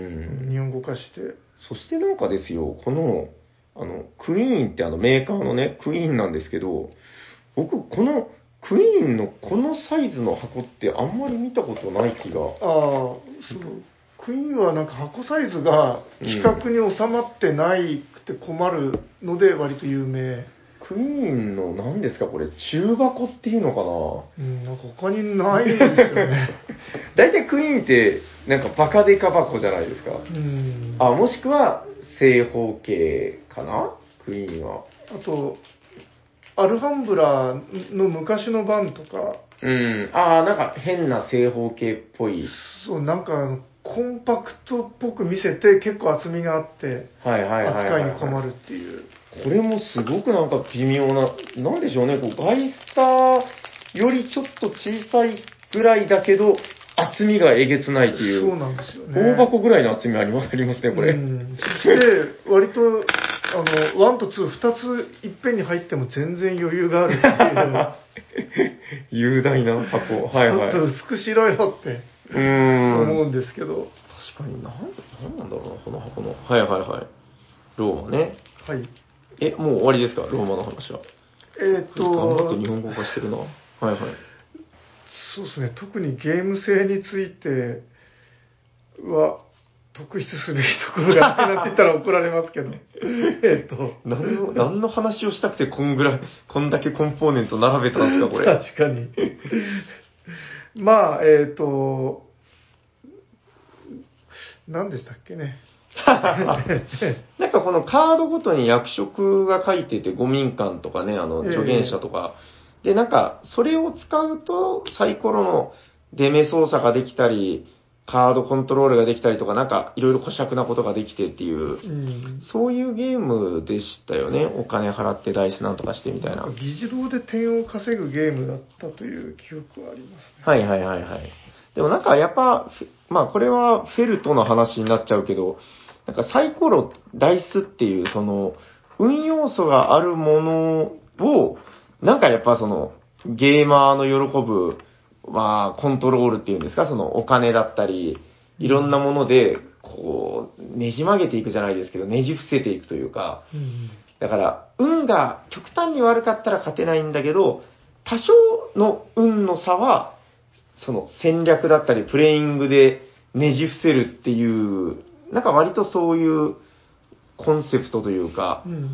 Speaker 3: ん。
Speaker 1: 日本語化して、
Speaker 3: そしてなんかですよ、この、あの、クイーンってあのメーカーのね、クイーンなんですけど、僕、この、クイーンのこのサイズの箱ってあんまり見たことない気が。
Speaker 1: ああそうクイーンはなんか箱サイズが規格に収まってないくて困るので割と有名、
Speaker 3: クイーンの何ですかこれ、中箱っていうの
Speaker 1: うん、なんか他にないですよ ね、
Speaker 3: かな大体クイーンって、なんかバカデカ箱じゃないですか。
Speaker 1: うん、
Speaker 3: あ、もしくは正方形かなクイーンは。
Speaker 1: あと、アルハンブラの昔の版とか、
Speaker 3: うん。ああ、なんか変な正方形っぽい。
Speaker 1: そう、なんかあの、コンパクトっぽく見せて、結構厚みがあって、
Speaker 3: はいはいはいはい、は
Speaker 1: 扱
Speaker 3: い。
Speaker 1: いに困るっていう。
Speaker 3: これもすごくなんか微妙な、なんでしょうね、こうガイスターよりちょっと小さいぐらいだけど、厚みがえげつないってい
Speaker 1: そう
Speaker 3: う、
Speaker 1: なんですよね。
Speaker 3: 大箱ぐらいの厚みありますありますね、こ
Speaker 1: う
Speaker 3: れ。
Speaker 1: んそして、割と、あの、1と2、2ついっぺんに入っても全然余裕がある っていう。
Speaker 3: 雄大な箱。はいはい。
Speaker 1: ちょ
Speaker 3: う
Speaker 1: っと薄くしろよって
Speaker 3: ーん。
Speaker 1: 思うんですけど、
Speaker 3: 確かになん、なんなんだろうな、この箱の。はいはいはい。ローマね。
Speaker 1: はい。
Speaker 3: え、もう終わりですか、ローマの話は。
Speaker 1: えーっ
Speaker 3: 頑張って
Speaker 1: と
Speaker 3: 日、本語化してるな。はいはい。
Speaker 1: そうですね、特にゲーム性については、特筆すべきところがなくなって言ったら怒られますけど、 えっと、
Speaker 3: 何の、何の話をしたくてこんぐらい、こんだけコンポーネント並べたんですか、これ。
Speaker 1: 確かに。まあ、えっ、と、何でしたっけ ね。
Speaker 3: なんかこのカードごとに役職が書いてて、五民館とかね、あの、
Speaker 1: ええ
Speaker 3: 助言者とか。で、なんか、それを使うと、サイコロの出目操作ができたり、カードコントロールができたりとか、なんか、いろいろ小尺なことができてっていう
Speaker 1: う、ん。
Speaker 3: そういうゲームでしたよね。お金払ってダイスなんとかしてみたいな。
Speaker 1: 議事堂で点を稼ぐゲームだったという記憶はありますね。
Speaker 3: はいはいはいはい。でもなんかやっぱ、フェまあこれはフェルトの話になっちゃうけど、なんかサイコロ、ダイスっていうその、運要素があるものを、なんかやっぱその、ゲーマーの喜ぶ、まあコントロールっていうんですか、そのお金だったり、いろんなもので、こう、ねじ曲げていくじゃないですけど、ねじ伏せていくというか、だから、運が極端に悪かったら勝てないんだけど、多少の運の差は、その戦略だったり、プレイングでねじ伏せるっていう、なんか割とそういうコンセプトというか
Speaker 1: う、ん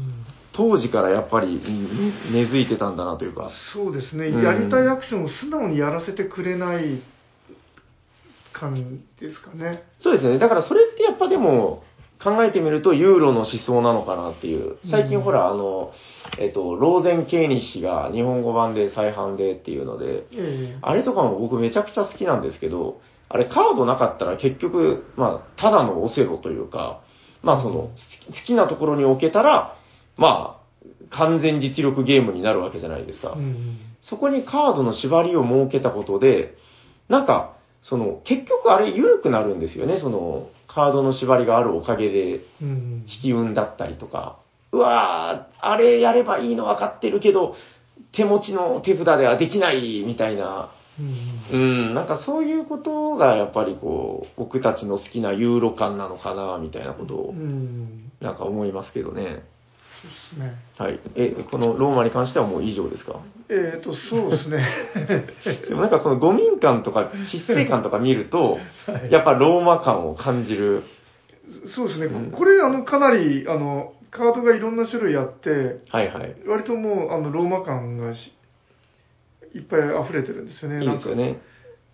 Speaker 3: 当時からやっぱりうん根付いてたんだなというか。
Speaker 1: そうですね、
Speaker 3: うん
Speaker 1: やりたいアクションを素直にやらせてくれない感じですかね。
Speaker 3: そうですね。だからそれってやっぱでも、考えてみるとユーロの思想なのかなっていう。最近ほら、あの、えっと、ローゼン・ケーニッシが日本語版で再版でっていうので、
Speaker 1: ええ
Speaker 3: あれとかも僕めちゃくちゃ好きなんですけど、あれカードなかったら結局、まあ、ただのオセロというか、まあその、好き好きなところに置けたら、まあ、完全実力ゲームになるわけじゃないですか。
Speaker 1: うん
Speaker 3: そこにカードの縛りを設けたことで、なんか、その、結局あれ緩くなるんですよね、その、カードの縛りがあるおかげで、
Speaker 1: うん
Speaker 3: 引き運だったりとか、うわー、あれやればいいの分かってるけど、手持ちの手札ではできない、みたいな、
Speaker 1: うん
Speaker 3: うん、なんかそういうことがやっぱりこう、僕たちの好きなユーロ感なのかな、みたいなこと
Speaker 1: う
Speaker 3: を、
Speaker 1: ん
Speaker 3: なんか思いますけどね。
Speaker 1: そうですね
Speaker 3: はい。え、このローマに関してはもう以上ですか
Speaker 1: えっ、とそうですね
Speaker 3: でもなんかこの五民館とか失勢館とか見ると、
Speaker 1: はい
Speaker 3: やっぱローマ感を感じる。
Speaker 1: そうですね、
Speaker 3: うん
Speaker 1: これあのかなりあのカードがいろんな種類あって
Speaker 3: はいはい。
Speaker 1: 割ともうあのローマ感がしいっぱい溢れてるんですよね
Speaker 3: いいですよ
Speaker 1: なんか
Speaker 3: ね。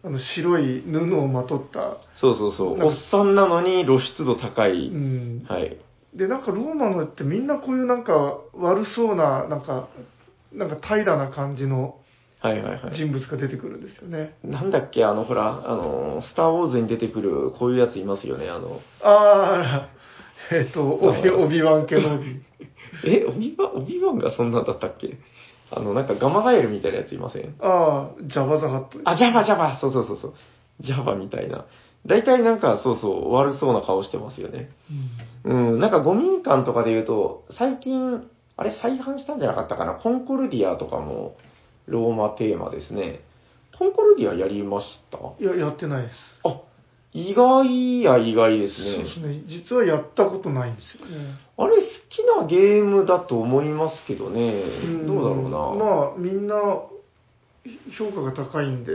Speaker 1: あの白い布をまとった、
Speaker 3: そうそうそう。
Speaker 1: なん
Speaker 3: おっ
Speaker 1: か
Speaker 3: さんなのに露出度高
Speaker 1: う
Speaker 3: い。
Speaker 1: ん、
Speaker 3: はい。
Speaker 1: でなんかローマのってみんなこういうなんか悪そうななんかなんか平らな感じの
Speaker 3: はいはいはい。
Speaker 1: 人物が出てくるんですよね、
Speaker 3: なんだっけ、あの、ほら、あの、スター・ウォーズに出てくる、こういうやついますよね、あの、
Speaker 1: ああ えっ、と 帯帯ワン系の帯
Speaker 3: え、オビバン、オビバンがそんなんだったっけあの、なんかガマガエルみたいなやついません
Speaker 1: ああジャバザハット
Speaker 3: あ、ジャバジャバそうそうそうそう。ジャバみたいな。大体なんか、そうそう、悪そうな顔してますよね。
Speaker 1: うん
Speaker 3: うん、なんか五民館とかで言うと、最近、あれ再販したんじゃなかったかなコンコルディアとかも、ローマテーマですね。コンコルディアやりました
Speaker 1: いややってないです
Speaker 3: あ、意外や意外です
Speaker 1: そう
Speaker 3: ね。
Speaker 1: ですね実はやったことないんですよね
Speaker 3: あれ好きなゲームだと思いますけどね。
Speaker 1: ん
Speaker 3: どうだろうな。
Speaker 1: まあみんな評価が高いんで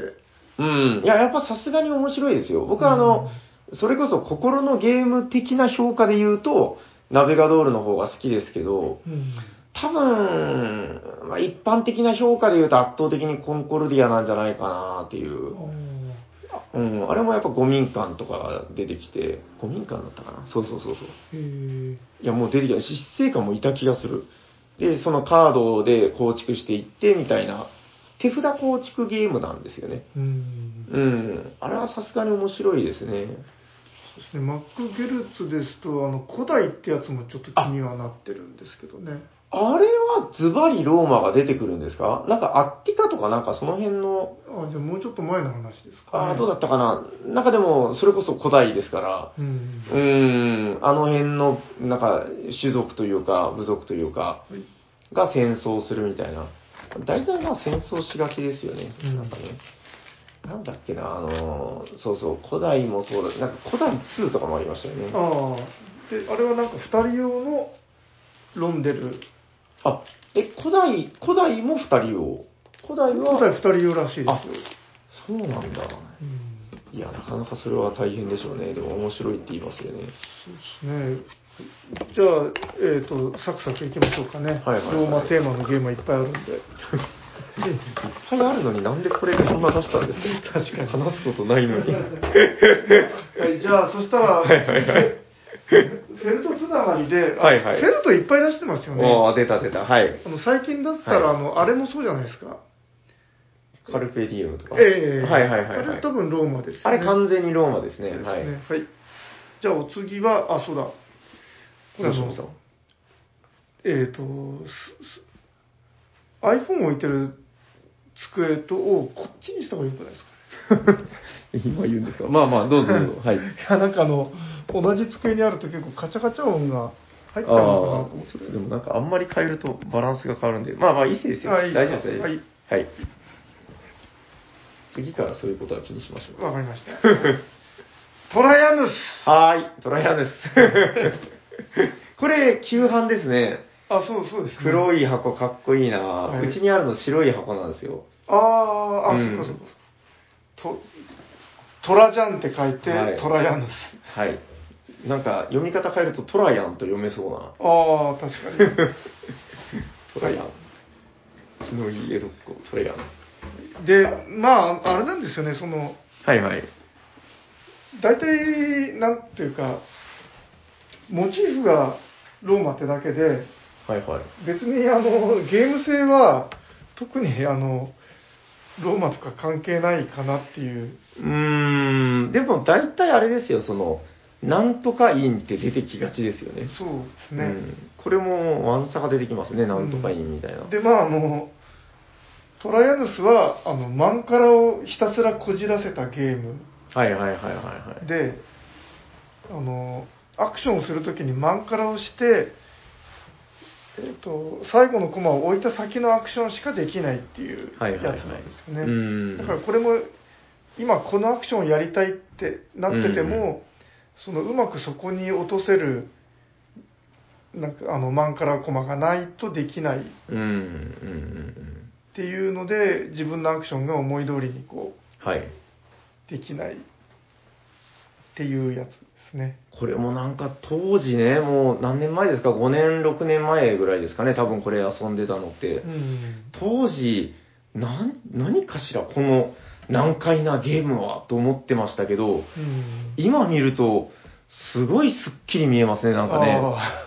Speaker 3: うん。いや、やっぱさすがに面白いですよ。僕はあの、それこそ心のゲーム的な評価で言うと、ナベガドールの方が好きですけど、
Speaker 1: うん
Speaker 3: 多分、まあ、一般的な評価で言うと圧倒的にコンコルディアなんじゃないかなっていう。
Speaker 1: あ
Speaker 3: うん。あれもやっぱ五民館とかが出てきて、五民館だったかなそうそうそうそう。
Speaker 1: ーへえ
Speaker 3: いや、もう出てきた。失勢感もいた気がする。で、そのカードで構築していって、みたいな。手札構築ゲームなんですよね。
Speaker 1: うん
Speaker 3: うん。あれはさすがに面白いですね。
Speaker 1: そうですね、マック・ゲルツですとあの古代ってやつもちょっと気にはなってるんですけどね
Speaker 3: あれはズバリローマが出てくるんですかなんかアッティカとかなんかその辺の、
Speaker 1: あじゃあもうちょっと前の話ですか、ね、
Speaker 3: ああ、どうだったかななんかでも、それこそ古代ですから、
Speaker 1: うん
Speaker 3: うーん、あの辺の、なんか、種族というか、部族というか、が戦争するみたいな。大体まあ戦争しがちですよね。
Speaker 1: うん
Speaker 3: なんかね。なんだっけな、あのーそうそう、古代もそうだなんか古代2とかもありましたよね。あ、
Speaker 1: ああであれはなんか2人用のロンデル
Speaker 3: え、古代、古代も2人を。古代は、
Speaker 1: 古代2人用らしいですよ
Speaker 3: あ、そうなんだ。
Speaker 1: うん
Speaker 3: いや、なかなかそれは大変でしょうね。でも面白いって言いますよね。
Speaker 1: ねじゃあ、えっ、と、サクサクいきましょうかね。
Speaker 3: はいはいはい
Speaker 1: ローマテーマのゲームはいっぱいある んで。
Speaker 3: いっぱいあるのになんでこれこんな出したんですか確かに。話すことないのに。
Speaker 1: はい、じゃあ、そしたら、
Speaker 3: はいはいはい。
Speaker 1: フェルトつながりで、あ
Speaker 3: はいはい
Speaker 1: フェルトいっぱい出してますよね。
Speaker 3: おー、出た出た。はい。
Speaker 1: あの最近だったら、
Speaker 3: はい
Speaker 1: あの、あれもそうじゃないですか。
Speaker 3: カルペディウムとか。
Speaker 1: ええ
Speaker 3: はいはいはい、
Speaker 1: あ
Speaker 3: は
Speaker 1: れ
Speaker 3: い。
Speaker 1: 多分ローマですよね。
Speaker 3: あれ完全にローマですね。
Speaker 1: 全
Speaker 3: はい。
Speaker 1: ね。はい。じゃあ、お次は、あ、そうだ。これ
Speaker 3: どう
Speaker 1: あ
Speaker 3: し
Speaker 1: の
Speaker 3: ました
Speaker 1: えっ、と、すす iPhone 置いてる机とをこっちにした方がよくないですか
Speaker 3: 今言うんですかまあまあ、どうぞど うぞ。はい。
Speaker 1: いや、なんかあの、同じ机にあると結構カチャカチャ音が入っちゃうのかな
Speaker 3: あ
Speaker 1: と思って。
Speaker 3: あ、ちょっとでもなんかあんまり変えるとバランスが変わるんで、まあまあいいですよ。
Speaker 1: あいいっす
Speaker 3: 大丈夫です。
Speaker 1: は
Speaker 3: はいい。次からそういうことは気にしましょ
Speaker 1: わかりました。 トライアヌス
Speaker 3: う。はーい、トライアンです。 これ、旧版ですね。
Speaker 1: あ、そうそうです、ね。い。
Speaker 3: 黒い箱かっこいいな
Speaker 1: は
Speaker 3: ぁ
Speaker 1: いう
Speaker 3: ちにあるの白い箱なんですよ。
Speaker 1: ああ、あ、
Speaker 3: うん
Speaker 1: そっかそっか。とトラジャンって書いて、
Speaker 3: はい
Speaker 1: トライア ヌス。
Speaker 3: はい。なんか、読み方変えるとトライアンと読めそうな。
Speaker 1: ああ、確かに。
Speaker 3: トライアン。木の家どっこ、トライアン。
Speaker 1: で、まあ、あれなんですよね、その、
Speaker 3: はいはい。
Speaker 1: 大体、なんていうか、モチーフがローマってだけで、
Speaker 3: はいはい。
Speaker 1: 別にあのゲーム性は特にあのローマとか関係ないかなっていう、
Speaker 3: うーん、でも大体あれですよ、その、なんとか院って出てきがちですよね。
Speaker 1: そうですね。
Speaker 3: うん、これもワンサが出てきますね、なんとか院みたいな。
Speaker 1: でまああのトライアヌスはあのマンカラをひたすらこじらせたゲーム
Speaker 3: はいはいはいはいはい。
Speaker 1: であのアクションをするときにマンカラをして、えっと最後のコマを置いた先のアクションしかできないっていう
Speaker 3: はい
Speaker 1: やつ
Speaker 3: はいはい
Speaker 1: なんですよね、
Speaker 3: うん
Speaker 1: だからこれも今このアクションをやりたいってなってて
Speaker 3: うんうん
Speaker 1: も、そのうまくそこに落とせるなんかあのマンカラコマがないとできない
Speaker 3: うん、うん、うんうん。
Speaker 1: っていうので自分のアクションが思い通りにこ
Speaker 3: はい。
Speaker 1: うできないっていうやつですね
Speaker 3: これもなんか当時ね、もう何年前ですか ?5 年、6年前ぐらいですかね、多分これ遊んでたのって。
Speaker 1: うん
Speaker 3: 当時、なん、何かしらこの難解なゲームはと思ってましたけ
Speaker 1: う
Speaker 3: ど、
Speaker 1: ん
Speaker 3: 今見ると、すごいスッキリ見えますね、なんかね。
Speaker 1: あ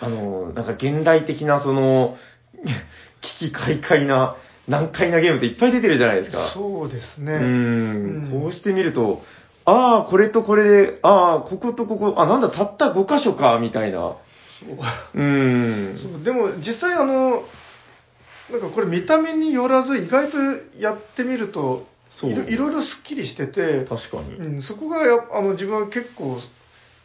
Speaker 3: あの、なんか現代的な、その、 危機快快な、難解なゲームっていっぱい出てるじゃないですか
Speaker 1: ー。そうですね
Speaker 3: うーん、
Speaker 1: うん
Speaker 3: こうしてみると、ああ、これとこれで、ああ、こことここ、あ、なんだ、たった5箇所か、みたいな。
Speaker 1: そう
Speaker 3: うーん。
Speaker 1: そうでも実際あのなんかこれ見た目によらず意外とやってみると
Speaker 3: そう
Speaker 1: いろいろいろすっきりしてて、
Speaker 3: 確かに。
Speaker 1: う、
Speaker 3: うん
Speaker 1: そこがやあの自分は結構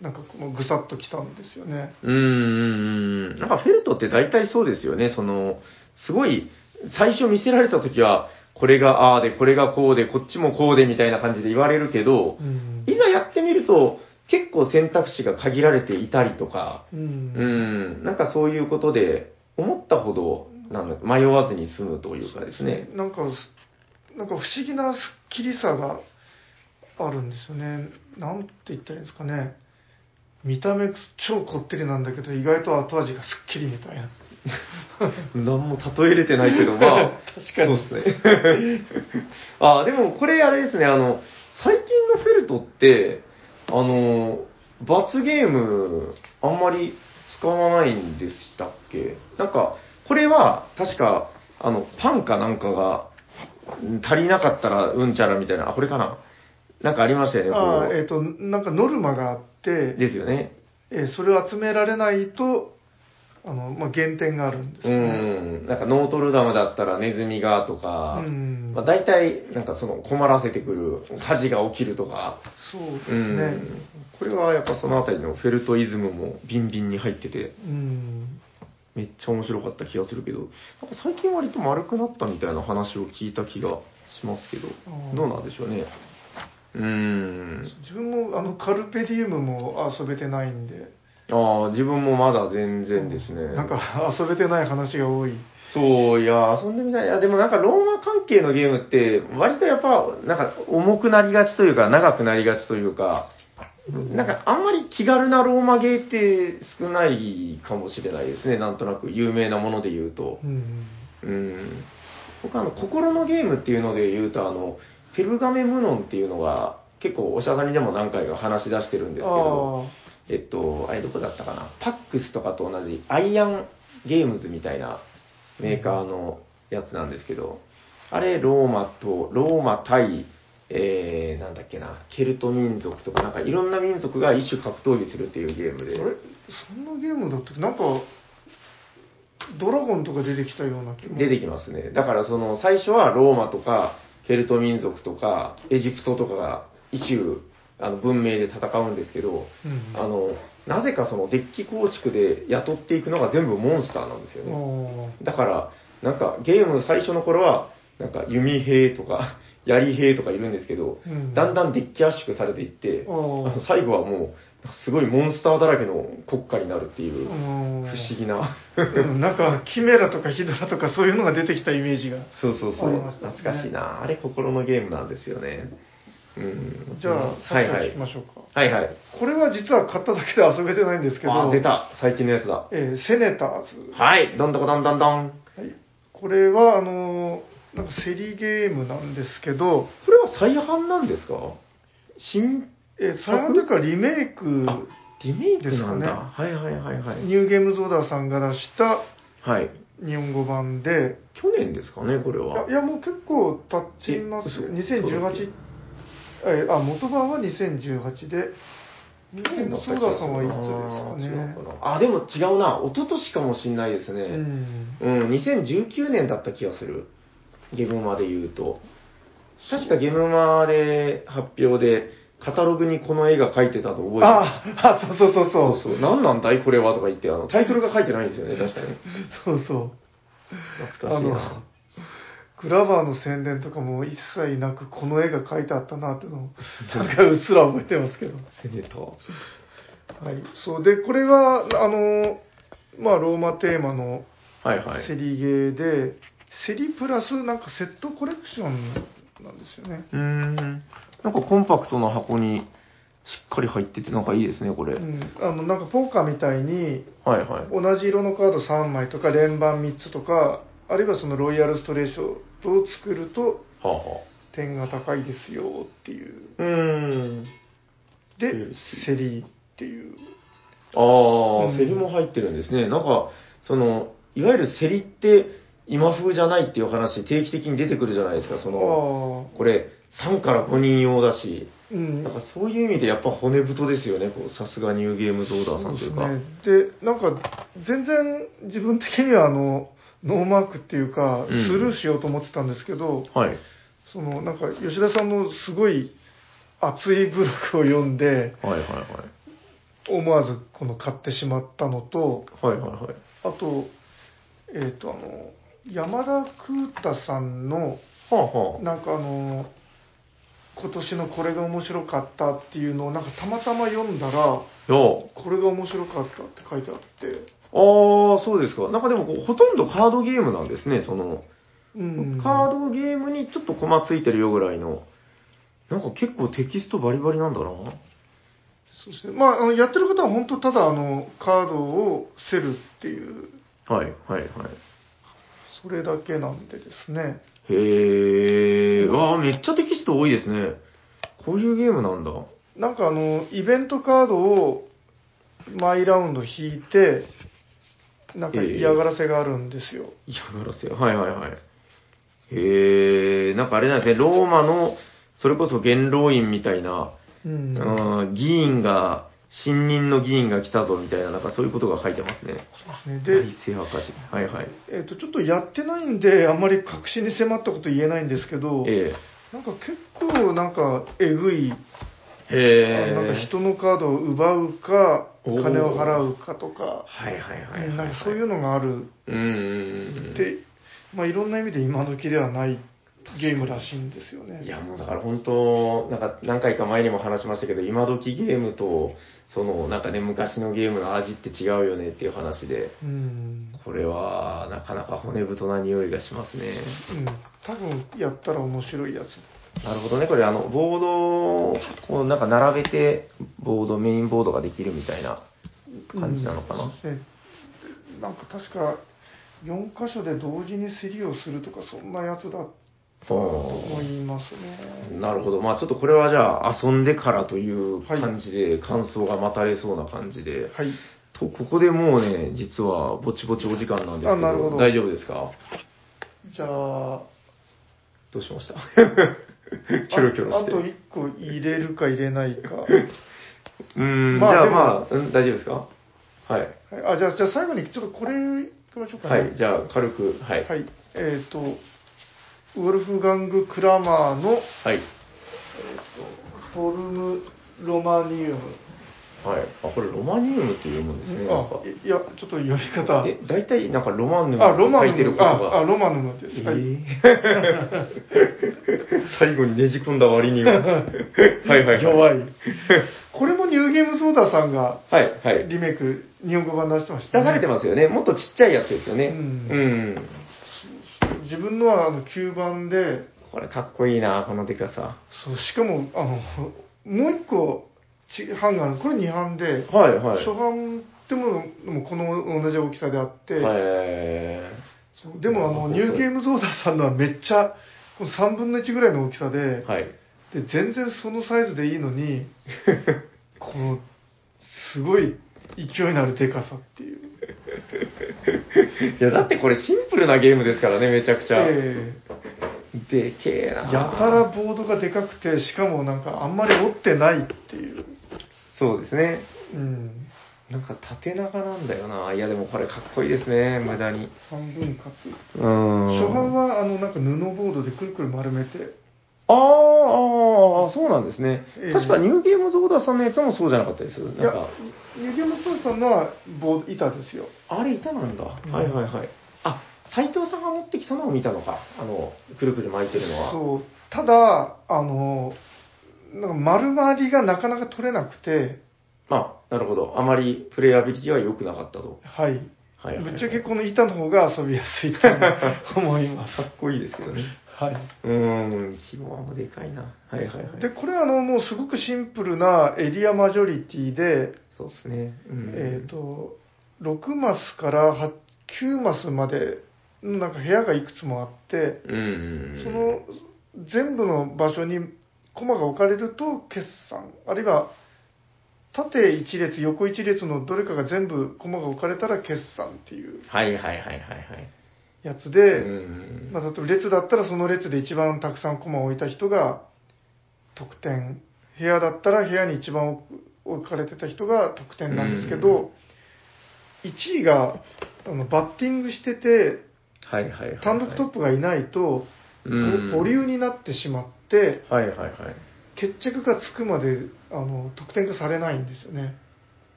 Speaker 1: なんかこうぐさっときたんですよね
Speaker 3: ーん。なんかフェルトって大体そうですよね。その、すごい、最初見せられた時は、これがああで、これがこうで、こっちもこうで、みたいな感じで言われるけど、
Speaker 1: うん
Speaker 3: いざやってみると、結構選択肢が限られていたりとか、
Speaker 1: う
Speaker 3: うんん、なんかそういうことで、思ったほど、なんだ迷わずに済むというかですね。
Speaker 1: なんかす、なんか不思議なスッキリさがあるんですよね。なんて言ったらいいんですかね。見た目超こってりなんだけど、意外と後味がスッキリみたいな。
Speaker 3: 何も例えれてないけど、 まあ、
Speaker 1: 確かに
Speaker 3: そうですね。 あーでもこれあれですね、あの、最近のフェルトって、あの、罰ゲーム、あんまり使わないんでしたっけなんか、これは、確か、あの、パンかなんかが、ん足りなかったらうんちゃらみたいな、あ、これかななんかありましたよね、
Speaker 1: あ
Speaker 3: こ
Speaker 1: あ
Speaker 3: う
Speaker 1: えっ、と、なんかノルマがあって、
Speaker 3: ですよね。
Speaker 1: えーそれを集められないと、あの、まあ、減点があるんです
Speaker 3: う
Speaker 1: よね。
Speaker 3: ん。なんか、ノートルダムだったらネズミがとか、
Speaker 1: うん
Speaker 3: まあ、大体、なんかその困らせてくる、火事が起きるとか、
Speaker 1: そうです
Speaker 3: う
Speaker 1: ね。
Speaker 3: んこれはやっぱそのあたりのフェルトイズムもビンビンに入ってて、
Speaker 1: うん
Speaker 3: めっちゃ面白かった気がするけど、なんか最近割と丸くなったみたいな話を聞いた気がしますけど
Speaker 1: あ、ー
Speaker 3: どうなんでしょうね。うーん。
Speaker 1: 自分もあのカルペディウムも遊べてないんで
Speaker 3: ああ、自分もまだ全然ですね。
Speaker 1: なんか遊べてない話が多い
Speaker 3: そう、いや、遊んでみたい。いや、でもなんかローマ関係のゲームって、割とやっぱ、なんか重くなりがちというか、長くなりがちというか、なんかあんまり気軽なローマゲーって少ないかもしれないですね。なんとなく有名なもので言うと。
Speaker 1: うん
Speaker 3: うん。僕あの、心のゲームっていうので言うと、あの、ペルガメムノンっていうのが、結構おしゃがにでも何回か話し出してるんですけ
Speaker 1: あ
Speaker 3: ど、
Speaker 1: あ
Speaker 3: えっと、あれどこだったかな、パックスとかと同じアイアンゲームズみたいなメーカーのやつなんですけど、あれ、ローマと、ローマ対、えー、なんだっけな、ケルト民族とか、なんかいろんな民族が一種格闘技するっていうゲーム
Speaker 1: あれ
Speaker 3: で、
Speaker 1: そんなゲームだったっけなんかドラゴンとか出てきたような気も
Speaker 3: 出てきますね。だからその、最初はローマとか、ケルト民族とか、エジプトとかが一種、あの文明で戦うんですけど、
Speaker 1: うん
Speaker 3: あの、なぜかそのデッキ構築で雇っていくのが全部モンスターなんですよね。
Speaker 1: あ
Speaker 3: だから、なんかゲーム最初の頃は、なんか弓兵とか、 槍兵とかいるんですけど、
Speaker 1: あうん
Speaker 3: だんだんデッキ圧縮されていって、
Speaker 1: あ
Speaker 3: あ
Speaker 1: ー
Speaker 3: の最後はもう、すごいモンスターだらけの国家になるっていうう、不
Speaker 1: ん
Speaker 3: 思議な。
Speaker 1: うんなんかキメラとかヒドラとかそういうのが出てきたイメージが
Speaker 3: そうそうそ
Speaker 1: あり
Speaker 3: う、
Speaker 1: ましたね
Speaker 3: 懐かしいな。あれ心のゲームなんですよね。うん。
Speaker 1: じゃあさ
Speaker 3: は
Speaker 1: っ
Speaker 3: い
Speaker 1: き
Speaker 3: はい
Speaker 1: 聞き。ましょうか、
Speaker 3: はいはい。
Speaker 1: これは実は買っただけで遊べてないんですけど
Speaker 3: あ、出た。最近のやつだ。
Speaker 1: えーセネターズ
Speaker 3: はい。どんどこどんどんどん。
Speaker 1: はい、これはあのーなんか競りゲームなんですけど、
Speaker 3: これは再販なんですか新、
Speaker 1: えー、最後というかリメイク、
Speaker 3: あ、リメイク
Speaker 1: で
Speaker 3: なん
Speaker 1: す
Speaker 3: だ。
Speaker 1: かね
Speaker 3: はいはいはいはい。
Speaker 1: ニューゲームズオーダーさんが出した
Speaker 3: はい。
Speaker 1: 日本語版で、
Speaker 3: 去年ですかね、これ
Speaker 1: いや。
Speaker 3: はい
Speaker 1: やもう結構経ちますよ、
Speaker 3: え嘘
Speaker 1: 2018、えーあ元版は2018で、でもそうださんはいつですかね
Speaker 3: あー違うかなあ、でも違うな。一昨年かもしんないです
Speaker 1: う
Speaker 3: ね。
Speaker 1: ん
Speaker 3: うん、2019年だった気がする。ゲムマで言うと。確かゲムマで発表で、カタログにこの絵が書いてたと覚えてます
Speaker 1: ああそうそうそう
Speaker 3: そ
Speaker 1: そう
Speaker 3: うそう、何なんだいこれはとか言って、あの、タイトルが書いてないんですよね、確かに。
Speaker 1: そうそう
Speaker 3: 懐かしいな。
Speaker 1: グラバーの宣伝とかも一切なくこの絵が描いてあったなっていうのをなんかうっすら覚えてますけど
Speaker 3: セネタ。
Speaker 1: はい、そうでこれはあの、まあ、ローマテーマの
Speaker 3: はいはい。
Speaker 1: セ
Speaker 3: う
Speaker 1: リゲーで、セリプラスなんかセットコレクションなんですよね、
Speaker 3: ーん。なんかコンパクトな箱にしっかり入ってて、なんかいいですね、これ。
Speaker 1: うん、あのなんかポーカーみたいに
Speaker 3: はいはい。
Speaker 1: 同じ色のカード3枚とか連番3つとかあるいはそのロイヤルストレーションを作ると
Speaker 3: はあ、は
Speaker 1: 点が高いですよっていう
Speaker 3: あ、うーん。
Speaker 1: で
Speaker 3: うん
Speaker 1: セリっていう
Speaker 3: ああ、
Speaker 1: うん
Speaker 3: セリも入ってるんですね。なんか、その、いわゆるセリって今風じゃないっていう話、定期的に出てくるじゃないですか、その、
Speaker 1: ああ
Speaker 3: これ、3から5人用だし、
Speaker 1: うん
Speaker 3: なんかそういう意味でやっぱ骨太ですよね、こうさすがニューゲームゾーダーさんというか。
Speaker 1: そうですね。で、なんか、全然自分的にはあの、ノーマークっていうか、
Speaker 3: ん
Speaker 1: スルーしようと思ってたんですけど、
Speaker 3: はい。
Speaker 1: その、なんか、吉田さんのすごい熱いブログを読んで、
Speaker 3: はいはいはい。
Speaker 1: 思わずこの買ってしまったのと、
Speaker 3: はいはいはい。
Speaker 1: あと、えっ、と、あの、山田空太さんの、
Speaker 3: はあはあ。
Speaker 1: なんかあの、今年のこれが面白かったっていうのを、なんかたまたま読んだら、
Speaker 3: よ
Speaker 1: これが面白かったって書いてあって、
Speaker 3: ああー、そうですか。なんかでもこう、ほとんどカードゲームなんですね、その、
Speaker 1: うん。
Speaker 3: カードゲームにちょっとコマついてるよぐらいの。なんか結構テキストバリバリなんだな。
Speaker 1: そうですね。まああの、やってることは本当ただ、あの、カードを競るっていう、
Speaker 3: はいはいはい。
Speaker 1: それだけなんでですね。
Speaker 3: へえ、わあ、めっちゃテキスト多いですね。こういうゲームなんだ。は
Speaker 1: なんかあの、イベントカードを、マイラウンド引いて、なんか
Speaker 3: ええ
Speaker 1: 嫌がらせがあるんですよ。
Speaker 3: 嫌がらせ。はいはいはい。へえ、なんかあれなんですね、ローマの、それこそ元老院みたいな、
Speaker 1: うん。
Speaker 3: うん、議員が、新任の議員が来たぞみたいな、なんかそういうことが書いてますね。
Speaker 1: ね
Speaker 3: 大
Speaker 1: で、
Speaker 3: 正博士。はいはい。
Speaker 1: えっ、と、ちょっとやってないんで、あんまり確信に迫ったこと言えないんですけど、
Speaker 3: え
Speaker 1: なんか結構なんか、えぐい、
Speaker 3: え。へえ。
Speaker 1: なんか人のカードを奪うか、
Speaker 3: おー
Speaker 1: 金を払うかとか、
Speaker 3: はいはいはいはい、はい。
Speaker 1: なんかそういう
Speaker 3: の。
Speaker 1: のがある
Speaker 3: うんうんうん。
Speaker 1: で、まあ、いろんな意味で今時ではないゲームらしいんですよね。
Speaker 3: いやもうだから本当、なんか何回か前にも話しましたけど、今時ゲームと、そのなんかね、昔のゲームの味って違うよねっていう話で、
Speaker 1: うん、
Speaker 3: これはなかなか骨太な匂いがしますね。
Speaker 1: うん、多分やったら面白いやつ。
Speaker 3: なるほどね、これあの、ボードをこうなんか並べて、ボード、メインボードができるみたいな感じなのかな。
Speaker 1: うんえなんか確か4箇所で同時に競りをするとかそんなやつだと思いますね。
Speaker 3: なるほど。まあちょっとこれはじゃあ遊んでからという感じで感想が待たれそうな感じで。
Speaker 1: はい。
Speaker 3: と、ここでもうね、実はぼちぼちお時間なんです
Speaker 1: あ
Speaker 3: け
Speaker 1: なるほ
Speaker 3: ど、
Speaker 1: ど
Speaker 3: 大丈夫ですか
Speaker 1: じゃあ、
Speaker 3: どうしました キョロキョロ
Speaker 1: あ
Speaker 3: し
Speaker 1: あ
Speaker 3: て。
Speaker 1: と1個入れるか入れない か。は
Speaker 3: うーん、
Speaker 1: まあ
Speaker 3: じゃあ
Speaker 1: でも
Speaker 3: まあ、うん大丈夫ですかはい。
Speaker 1: いあ、じゃあ、じゃあ最後にちょっとこれいきましょうかね。
Speaker 3: はい、じゃあ軽く、はい。は。
Speaker 1: はいい、えっ、と、ウォルフガング・クラマーの、え
Speaker 3: はい。
Speaker 1: ー、とフォルム・ロマニウム。
Speaker 3: あ、これロマニウムっていうもんですね。なんか
Speaker 1: あいいや、ちょっと呼び方。
Speaker 3: え、大体なんかロマンヌム
Speaker 1: あ、ロマ
Speaker 3: 書
Speaker 1: ヌ
Speaker 3: いてるこ
Speaker 1: ム。
Speaker 3: と
Speaker 1: あ、あ
Speaker 3: が。
Speaker 1: ロマヌムです。はい
Speaker 3: 最後にねじ込んだ割には。はいはいはい。
Speaker 1: 弱
Speaker 3: はい
Speaker 1: い。これもニューゲームソーダさんが
Speaker 3: はい。
Speaker 1: リメイク、日本語版出してました、
Speaker 3: 出されてますよね。もっとちっちゃいやつですよね。
Speaker 1: う
Speaker 3: うんん。
Speaker 1: 自分のはあの9番で、
Speaker 3: これかっこいいな、このデカさ。
Speaker 1: そうしかも、あの、もう1個、ち版がある。これ2版で、
Speaker 3: はいはい。
Speaker 1: 初版ってものもこの同じ大きさであって、
Speaker 3: へ
Speaker 1: そうでもあの、
Speaker 3: な
Speaker 1: ニ
Speaker 3: るほど
Speaker 1: ューゲームゾーダーさんのはめっちゃ、この3分の1ぐらいの大きさで、
Speaker 3: ーはい。
Speaker 1: で、全然そのサイズでいいのに、この、すごい勢いのあるデカさっていう。
Speaker 3: いや、だってこれシンプルなゲームですからね、めちゃくちゃ。
Speaker 1: ええ
Speaker 3: でけえな。
Speaker 1: やたらボードがでかくて、しかもなんかあんまり折ってないっていう。
Speaker 3: そうですね。
Speaker 1: うん。
Speaker 3: なんか縦長なんだよな。いや、でもこれかっこいいですね、無駄に。
Speaker 1: 半分割。
Speaker 3: うん。
Speaker 1: 初版は、あの、なんか布ボードでくるくる丸めて、
Speaker 3: あーあー、そうなんですね
Speaker 1: え。え
Speaker 3: 確かニューゲームズオーダーさんのやつもそうじゃなかったです。なん
Speaker 1: いや
Speaker 3: か、、
Speaker 1: 湯気もそうさんのは棒、板ですよ。
Speaker 3: あれ板なんだ。
Speaker 1: うん
Speaker 3: はいはいはい。あ、斎藤さんが持ってきたのを見たのか。あの、くるくる巻いてるのは。
Speaker 1: そう。ただ、あの、なんか丸まりがなかなか取れなくて、
Speaker 3: あ、なるほど。あまりプレイアビリティは良くなかったと。
Speaker 1: はい。
Speaker 3: はいはい、はい。
Speaker 1: ぶっちゃけこの板の方が遊びやすいと思います。
Speaker 3: かっこいいですけどね。
Speaker 1: はい。
Speaker 3: うーん、規模はもうでかいな。はいはいはい。
Speaker 1: で、これあの、もうすごくシンプルなエリアマジョリティで、
Speaker 3: そうですね。うん、
Speaker 1: えっ、と、6マスから8 9マスまで、なんか部屋がいくつもあって、
Speaker 3: うんうんうん。
Speaker 1: その、全部の場所にコマが置かれると決算、あるいは、縦一列、横一列のどれかが全部コマが置かれたら決算っていう
Speaker 3: はいはいはいはいはい。
Speaker 1: やつ
Speaker 3: う
Speaker 1: で、
Speaker 3: んうん。
Speaker 1: まあ、例えば列だったらその列で一番たくさんコマを置いた人が得点部屋だったら部屋に一番置かれてた人が得点なんですけど、1位があのバッティングしてて
Speaker 3: はいはいはいはい。
Speaker 1: 単独トップがいないと、
Speaker 3: うん
Speaker 1: 保保留になってしまって
Speaker 3: はいはいはい。
Speaker 1: 決着がつくまであの得点化されないんですよね、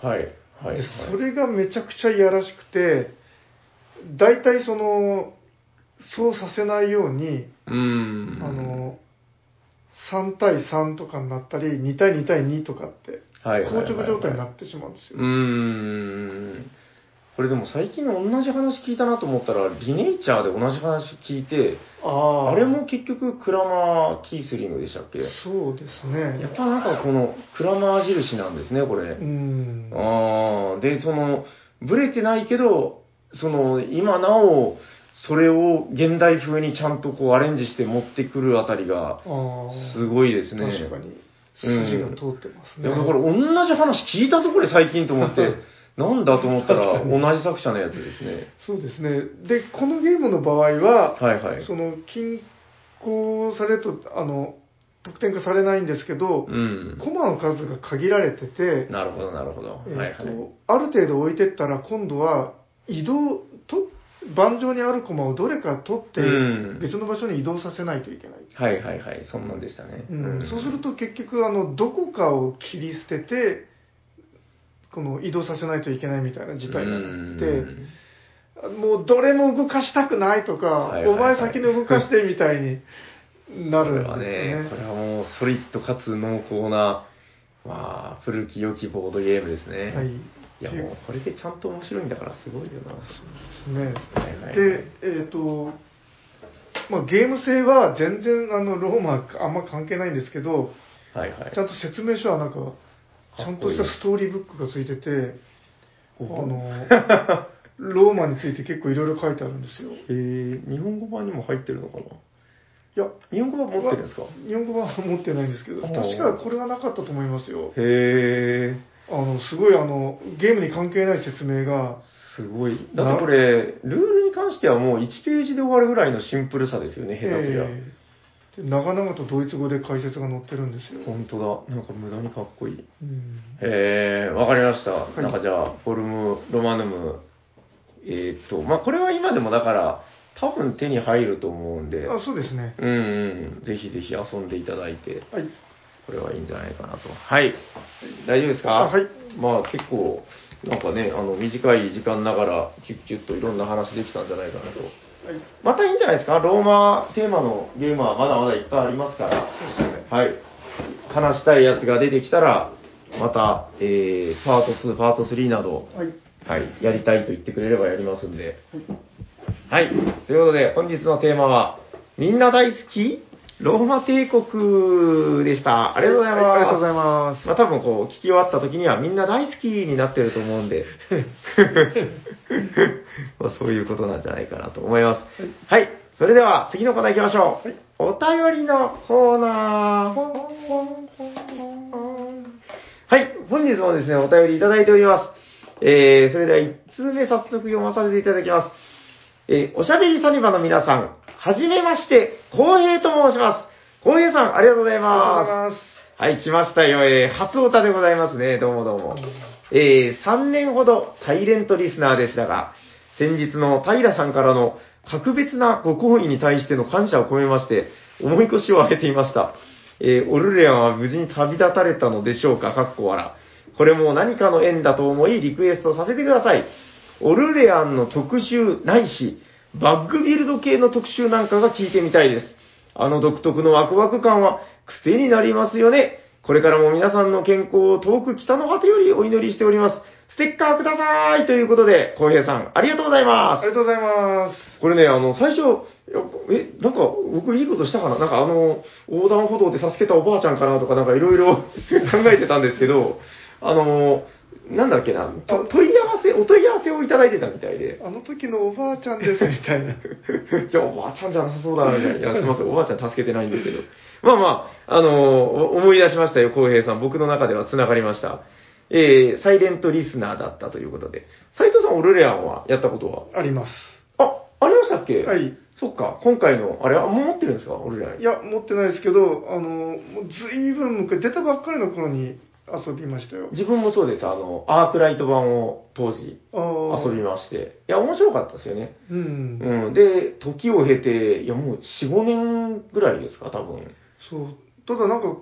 Speaker 3: はいはいはい。
Speaker 1: でそれがめちゃくちゃいやらしくて大体そのそうさせないように
Speaker 3: うん。
Speaker 1: あ、の、3対3とかになったり、2対2対2とかって、
Speaker 3: はいはいはいはい
Speaker 1: 硬直状態になってしまうんですよ。
Speaker 3: うーん。これでも最近の同じ話聞いたなと思ったら、リネイチャーで同じ話聞いて、
Speaker 1: ああ。
Speaker 3: あれも結局クラマーキースリングでしたっけ
Speaker 1: そうです
Speaker 3: やっ
Speaker 1: ね。
Speaker 3: ぱなんかこのクラマー印なんですね、これ。
Speaker 1: うん。
Speaker 3: ああ、で、その、ブレてないけど、その、今なお、それを現代風にちゃんとこうアレンジして持ってくるあたりが、
Speaker 1: ああ。
Speaker 3: すごいですね。
Speaker 1: 確かに。筋が通ってます
Speaker 3: い
Speaker 1: ね。
Speaker 3: や、だから同じ話聞いたぞ、これ最近と思 って。なんだと思ったら、
Speaker 1: 確かに
Speaker 3: 同じ作者のやつですね。
Speaker 1: そうですね。で、このゲームの場合は、
Speaker 3: はいはい。
Speaker 1: その、均衡されると、あの、得点化されないんですけど、
Speaker 3: うん。
Speaker 1: コマの数が限られてて、
Speaker 3: なるほど、なるほど。は
Speaker 1: え
Speaker 3: い
Speaker 1: ー
Speaker 3: はい。
Speaker 1: とある程度置いてったら今度は移動と盤上にある駒をどれか取って
Speaker 3: うん
Speaker 1: 別の場所に移動させないといけない、
Speaker 3: はいはいはい。そんなんでしたね。
Speaker 1: うん
Speaker 3: ん
Speaker 1: そうすると結局あのどこかを切り捨ててこの移動させないといけないみたいな事態になって、
Speaker 3: うん
Speaker 1: もうどれも動かしたくないとか、
Speaker 3: はいはいはい
Speaker 1: お前先に動かしてみたいになるんですよ
Speaker 3: これは
Speaker 1: ね
Speaker 3: ね、これはもうソリッドかつ濃厚な、まあ、古き良きボードゲームですね。
Speaker 1: はい
Speaker 3: いやもうこれでちゃんと面白いんだからすごいよな。
Speaker 1: ですね
Speaker 3: はいはいはい
Speaker 1: で、えっ、と、まあ、ゲーム性は全然あのローマあんま関係ないんですけど、
Speaker 3: はいはい
Speaker 1: ちゃんと説明書はなんか、ちゃんとしたストーリーブックがついてて、あ の、ローマについて結構いろいろ書いてあるんですよ。
Speaker 3: えー、日本語版にも入ってるのかない
Speaker 1: や、
Speaker 3: 日本語版持ってるんですか
Speaker 1: 日本語版は持ってないんですけど、
Speaker 3: あー
Speaker 1: 確かこれはなかったと思いますよ。
Speaker 3: へえ、
Speaker 1: あの、すごいあの、ゲームに関係ない説明が、
Speaker 3: すごい。だってこれ、ルールに関してはもう1ページで終わるぐらいのシンプルさですよね、下手すりゃ。
Speaker 1: えーで長々とドイツ語で解説が載ってるんですよ。
Speaker 3: 本当だ。なんか無駄にかっこいい。
Speaker 1: うん
Speaker 3: えー、わかりました。
Speaker 1: い
Speaker 3: なんかじゃあ、フォルム、ロマヌム、えーっと、まあ、これは今でもだから、多分手に入ると思うんで、
Speaker 1: あ、そうですね。
Speaker 3: うんうん、ぜひぜひ遊んでいただいて、
Speaker 1: はい。
Speaker 3: これはいいんじゃないかなと。はい。大丈夫ですか
Speaker 1: あはい。
Speaker 3: まあ結構、なんかね、あの、短い時間ながら、キュッキュッといろんな話できたんじゃないかなと。
Speaker 1: はい。
Speaker 3: またいいんじゃないですかローマテーマのゲームはまだまだいっぱいありますから。はい。話したいやつが出てきたら、また、えー、パート2、パート3など、
Speaker 1: はい。
Speaker 3: はい、やりたいと言ってくれればやりますんで。はい。ということで、本日のテーマは、みんな大好きローマ帝国でした。ありがとうございます。
Speaker 1: はいありがとうござい。
Speaker 3: ますまあ多分こう、聞き終わった時にはみんな大好きになってると思う んで、まあそういうことなんじゃないかなと思います。はい。それでは次のコーナー行きましょう。お便りのコーナー。はい、本日もですね、お便りいただいております。えー、それでは1通目早速読まさせていただきます。えー、おしゃべりサニバの皆さん、はじめまして、浩平と申します。浩平さん、ありがとうござ
Speaker 1: あ
Speaker 3: い
Speaker 1: りがとうござい
Speaker 3: ま。
Speaker 1: ます
Speaker 3: はい、来ましたよ。えー、初オタでございますね。どうもどうも。えー、3年ほどサイレントリスナーでしたが、先日の平さんからの格別なご好意に対しての感謝を込めまして、重い腰を上げていました。えー、オルレアンは無事に旅立たれたのでしょうか、かっこ笑。これも何かの縁だと思い、リクエストさせてください。オルレアンの特集ないし、バッグビルド系の特集なんかが聞いてみたいです。あの独特のワクワク感は癖になりますよね。これからも皆さんの健康を遠く北の果てよりお祈りしております。ステッカーくださいということで、浩平さん、ありがとうございま。
Speaker 1: ありがとうございます
Speaker 3: これね、あの、最初、いやえ、なんか、僕いいことしたかななんかあの、横断歩道で助けたおばあちゃんかなとか、なんかいろい ろ考えてたんですけど、あの、なんだっけな、と問い合わせ、お問い合わせをいただいてたみたいで。
Speaker 1: す。あの時のおばあちゃんですみたいな。
Speaker 3: じゃあ、おばあちゃんじゃなさそうだな、みたいな。いや、すいません、おばあちゃん助けてないんですけど。 まあまあ、あのーお思い出しましたよ、浩平さん。僕の中では繋がりました。えー、サイレントリスナーだったということで。斉藤さん、オルレアンはやったこと は
Speaker 1: あります。
Speaker 3: あ、ありましたっけ
Speaker 1: はい。
Speaker 3: そっか、今回の、あれ、あもう持ってるんですかオルレアン。
Speaker 1: いや、持ってないですけど、あの、もうずいぶん昔、出たばっかりの頃に遊びましたよ。
Speaker 3: 自分もそうです。あの、アークライト版を当時
Speaker 1: ああ。
Speaker 3: 遊びまして。いや、面白かったですよね。
Speaker 1: うん。
Speaker 3: うん。で、時を経て、いや、もう4、5年ぐらいですか、多分。
Speaker 1: そう。ただなんか、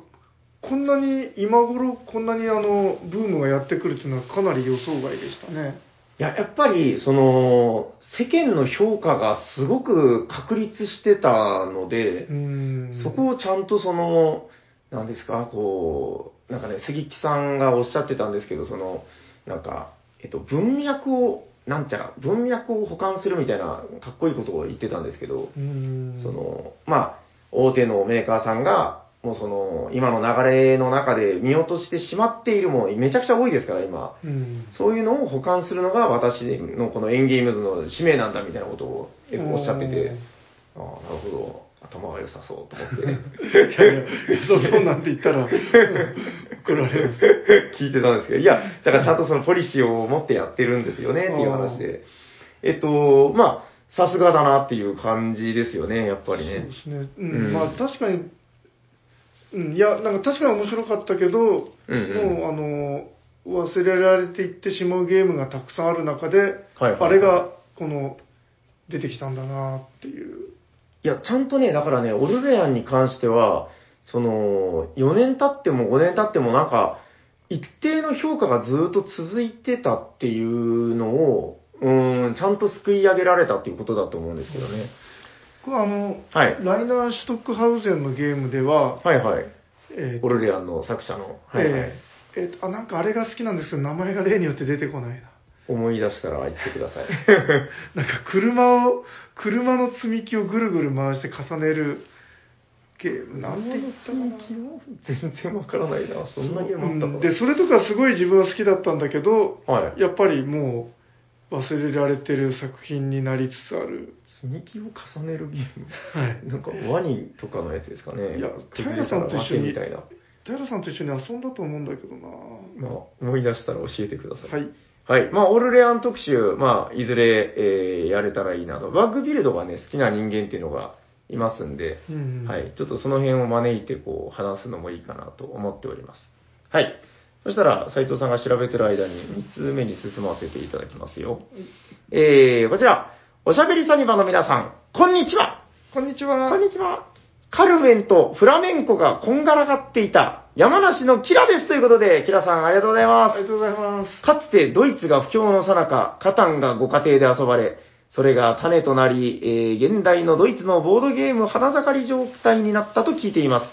Speaker 1: こんなに、今頃こんなにあの、ブームがやってくるっていうのはかなり予想外でしたね。
Speaker 3: いや、やっぱり、その、世間の評価がすごく確立してたので
Speaker 1: う、ん。
Speaker 3: そこをちゃんとその、なんですか、こう、なんかね、杉木さんがおっしゃってたんですけど、その、なんか、えっと、文脈を、なんちゃら、文脈を保管するみたいな、かっこいいことを言ってたんですけど、
Speaker 1: うん。
Speaker 3: そ、の、まあ、大手のメーカーさんが、もうその、今の流れの中で見落としてしまっているもの、めちゃくちゃ多いですから、今。
Speaker 1: うん。
Speaker 3: そういうのを保管するのが私のこのエンゲームズの使命なんだみたいなことをえおっしゃってて、ああ、なるほど、頭が良さそうと思って、
Speaker 1: いやいや そう、そうなんて言ったら、うん怒られます。
Speaker 3: 聞いてたんですけど、いや、だからちゃんとそのポリシーを持ってやってるんですよねっていう話で、えっと、まあ、さすがだなっていう感じですよね、やっぱりね。
Speaker 1: そうですね。う
Speaker 3: うん
Speaker 1: ん。まあ確かに、うん、いや、なんか確かに面白かったけど、
Speaker 3: うんうん
Speaker 1: もうあの、忘れられていってしまうゲームがたくさんある中で、
Speaker 3: はいはい
Speaker 1: あれが、この、出てきたんだなっていう。
Speaker 3: いや、ちゃんとね、だからね、オルレアンに関しては、その、4年経っても5年経ってもなんか、一定の評価がずーっと続いてたっていうのを、うーん、ちゃんと救い上げられたっていうことだと思うんですけどね。
Speaker 1: これあの、
Speaker 3: はい。
Speaker 1: ライナー・シュトックハウゼンのゲームでは、
Speaker 3: はいはい。
Speaker 1: えー
Speaker 3: オルレアンの作者の、はいはい。
Speaker 1: えーえーとあ、なんかあれが好きなんですけど、名前が例によって出てこない な。
Speaker 3: 思い出したら言ってください。
Speaker 1: なんか車を、車の積み木をぐるぐる回して重ねるゲーム、なんて言ったかな。
Speaker 3: 全然わからないな。そんなゲームあったか
Speaker 1: うん
Speaker 3: な
Speaker 1: で、それとかすごい自分は好きだったんだけど、
Speaker 3: はい。
Speaker 1: やっぱりもう忘れられてる作品になりつつある。
Speaker 3: 積み木を重ねるゲーム。
Speaker 1: はい。
Speaker 3: なんかワニとかのやつですかね。
Speaker 1: いや
Speaker 3: 崩れたら負けみたいな。
Speaker 1: 平さんと一緒に遊んだと思うんだけどな
Speaker 3: まあ、思い出したら教えてください。
Speaker 1: はい。
Speaker 3: はい。まあ、オルレアン特集、まあ、いずれ、えーやれたらいいなと。バッグビルドがね、好きな人間っていうのがいますんで、
Speaker 1: うん。
Speaker 3: はい。ちょっとその辺を招いて、こう、話すのもいいかなと思っております。はい。そしたら、斉藤さんが調べてる間に、3つ目に進ませていただきますよ。えー、こちら、おしゃべりサニバの皆さん、こんにちは
Speaker 1: こんにち
Speaker 3: こ
Speaker 1: は
Speaker 3: ん。にちは。カルメンとフラメンコがこんがらがっていた山梨のキラですということで、キラさんありがとうございま
Speaker 1: ありがとうございます。
Speaker 3: す。かつてドイツが不況の最中、カタンがご家庭で遊ばれ、それが種となり、えー現代のドイツのボードゲーム花盛り状態になったと聞いています。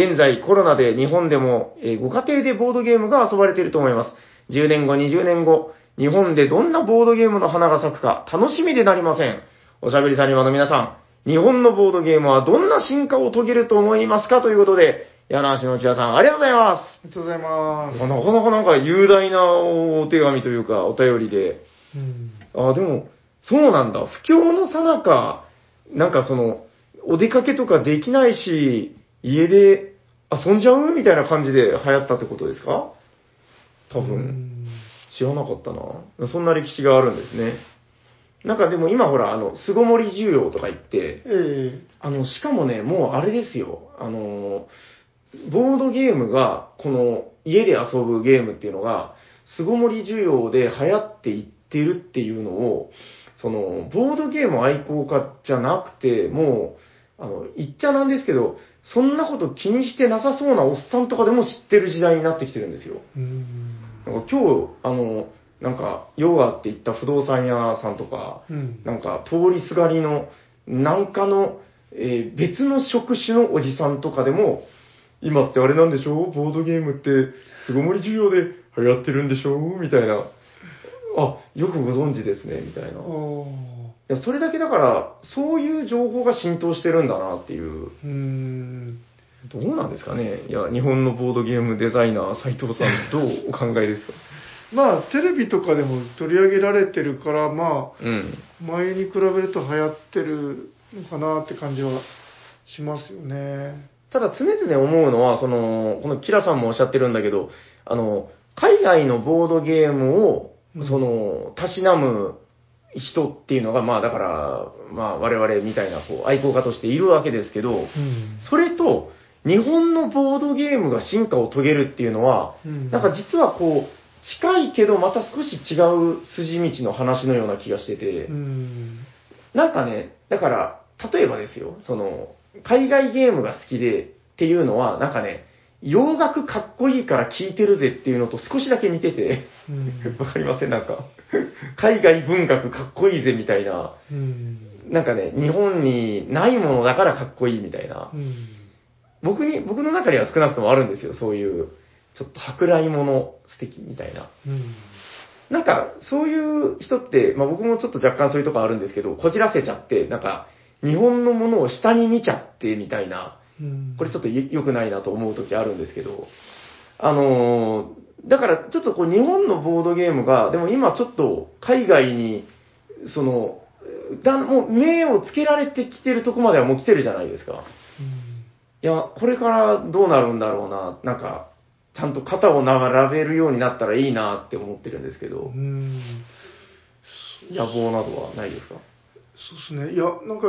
Speaker 3: 現在コロナで日本でも、えーご家庭でボードゲームが遊ばれていると思います。10年後、20年後、日本でどんなボードゲームの花が咲くか楽しみでなりません。おしゃべりサニバの皆さん、日本のボードゲームはどんな進化を遂げると思いますかということで、柳橋の千田さん、ありがとうございます。
Speaker 1: ありがとうございます。
Speaker 3: なかなかなんか雄大なお手紙というか、お便りで。
Speaker 1: うん。
Speaker 3: あ、でも、そうなんだ。不況のさなか、なんかその、お出かけとかできないし、家で遊んじゃうみたいな感じで流行ったってことですか多
Speaker 1: う
Speaker 3: 分、
Speaker 1: ん
Speaker 3: 知らなかったな。そんな歴史があるんですね。なんかでも今ほら、あの、巣ごもり需要とか言って、
Speaker 1: ええ
Speaker 3: あの、しかもね、もうあれですよ。あの、ボードゲームが、この家で遊ぶゲームっていうのが、巣ごもり需要で流行っていってるっていうのを、その、ボードゲーム愛好家じゃなくて、もう、あの、言っちゃなんですけど、そんなこと気にしてなさそうなおっさんとかでも知ってる時代になってきてるんですよ。
Speaker 1: うん。
Speaker 3: なんか今日、あの、なんか、用があって行った不動産屋さんとか、
Speaker 1: うん。
Speaker 3: なんか通りすがりの、なんかの、えー別の職種のおじさんとかでも、今ってあれなんでしょボードゲームって巣ごもり需要で流行ってるんでしょみたいな。あ、よくご存知ですね、みたいな。い
Speaker 1: ああ。
Speaker 3: や、それだけだから、そういう情報が浸透してるんだなっていう。
Speaker 1: うん。
Speaker 3: どうなんですかねいや、日本のボードゲームデザイナー、斉藤さん、どうお考えですか
Speaker 1: まあ、テレビとかでも取り上げられてるから、ま
Speaker 3: うん。
Speaker 1: あ、前に比べると流行ってるのかなって感じはしますよね。
Speaker 3: ただ常々思うのは、その、このキラさんもおっしゃってるんだけど、あの、海外のボードゲームを
Speaker 1: うん、
Speaker 3: その、たしなむ人っていうのが、まあだから、まあ我々みたいな、こう、愛好家としているわけですけど、
Speaker 1: うん。
Speaker 3: それと、日本のボードゲームが進化を遂げるっていうのは、
Speaker 1: うん
Speaker 3: なんか実はこう、近いけどまた少し違う筋道の話のような気がしてて、
Speaker 1: うん。
Speaker 3: なんかね、だから、例えばですよ、その、海外ゲームが好きでっていうのは、なんかね、洋楽かっこいいから聴いてるぜっていうのと少しだけ似てて、
Speaker 1: うん。
Speaker 3: わかりませんなんか、海外文学かっこいいぜみたいな、
Speaker 1: うん。
Speaker 3: なんかね、日本にないものだからかっこいいみたいな
Speaker 1: う、ん。
Speaker 3: 僕に、僕の中には少なくともあるんですよ、そういう、ちょっと舶来物素敵みたいな。
Speaker 1: うん。
Speaker 3: なんか、そういう人って、まあ僕もちょっと若干そういうとこあるんですけど、こじらせちゃって、なんか、日本のものを下に見ちゃって、みたいな、
Speaker 1: うん。
Speaker 3: これちょっとよ良くないなと思う時あるんですけど、あのーだからちょっとこう日本のボードゲームが、でも今ちょっと海外に、その、だもう名をつけられてきてるとこまではもう来てるじゃないですか。
Speaker 1: うん。
Speaker 3: いや、これからどうなるんだろうな、なんか、ちゃんと肩を並べるようになったらいいなって思ってるんですけど。
Speaker 1: うん。
Speaker 3: 野望などはないですか
Speaker 1: そうですね。いや、なんか、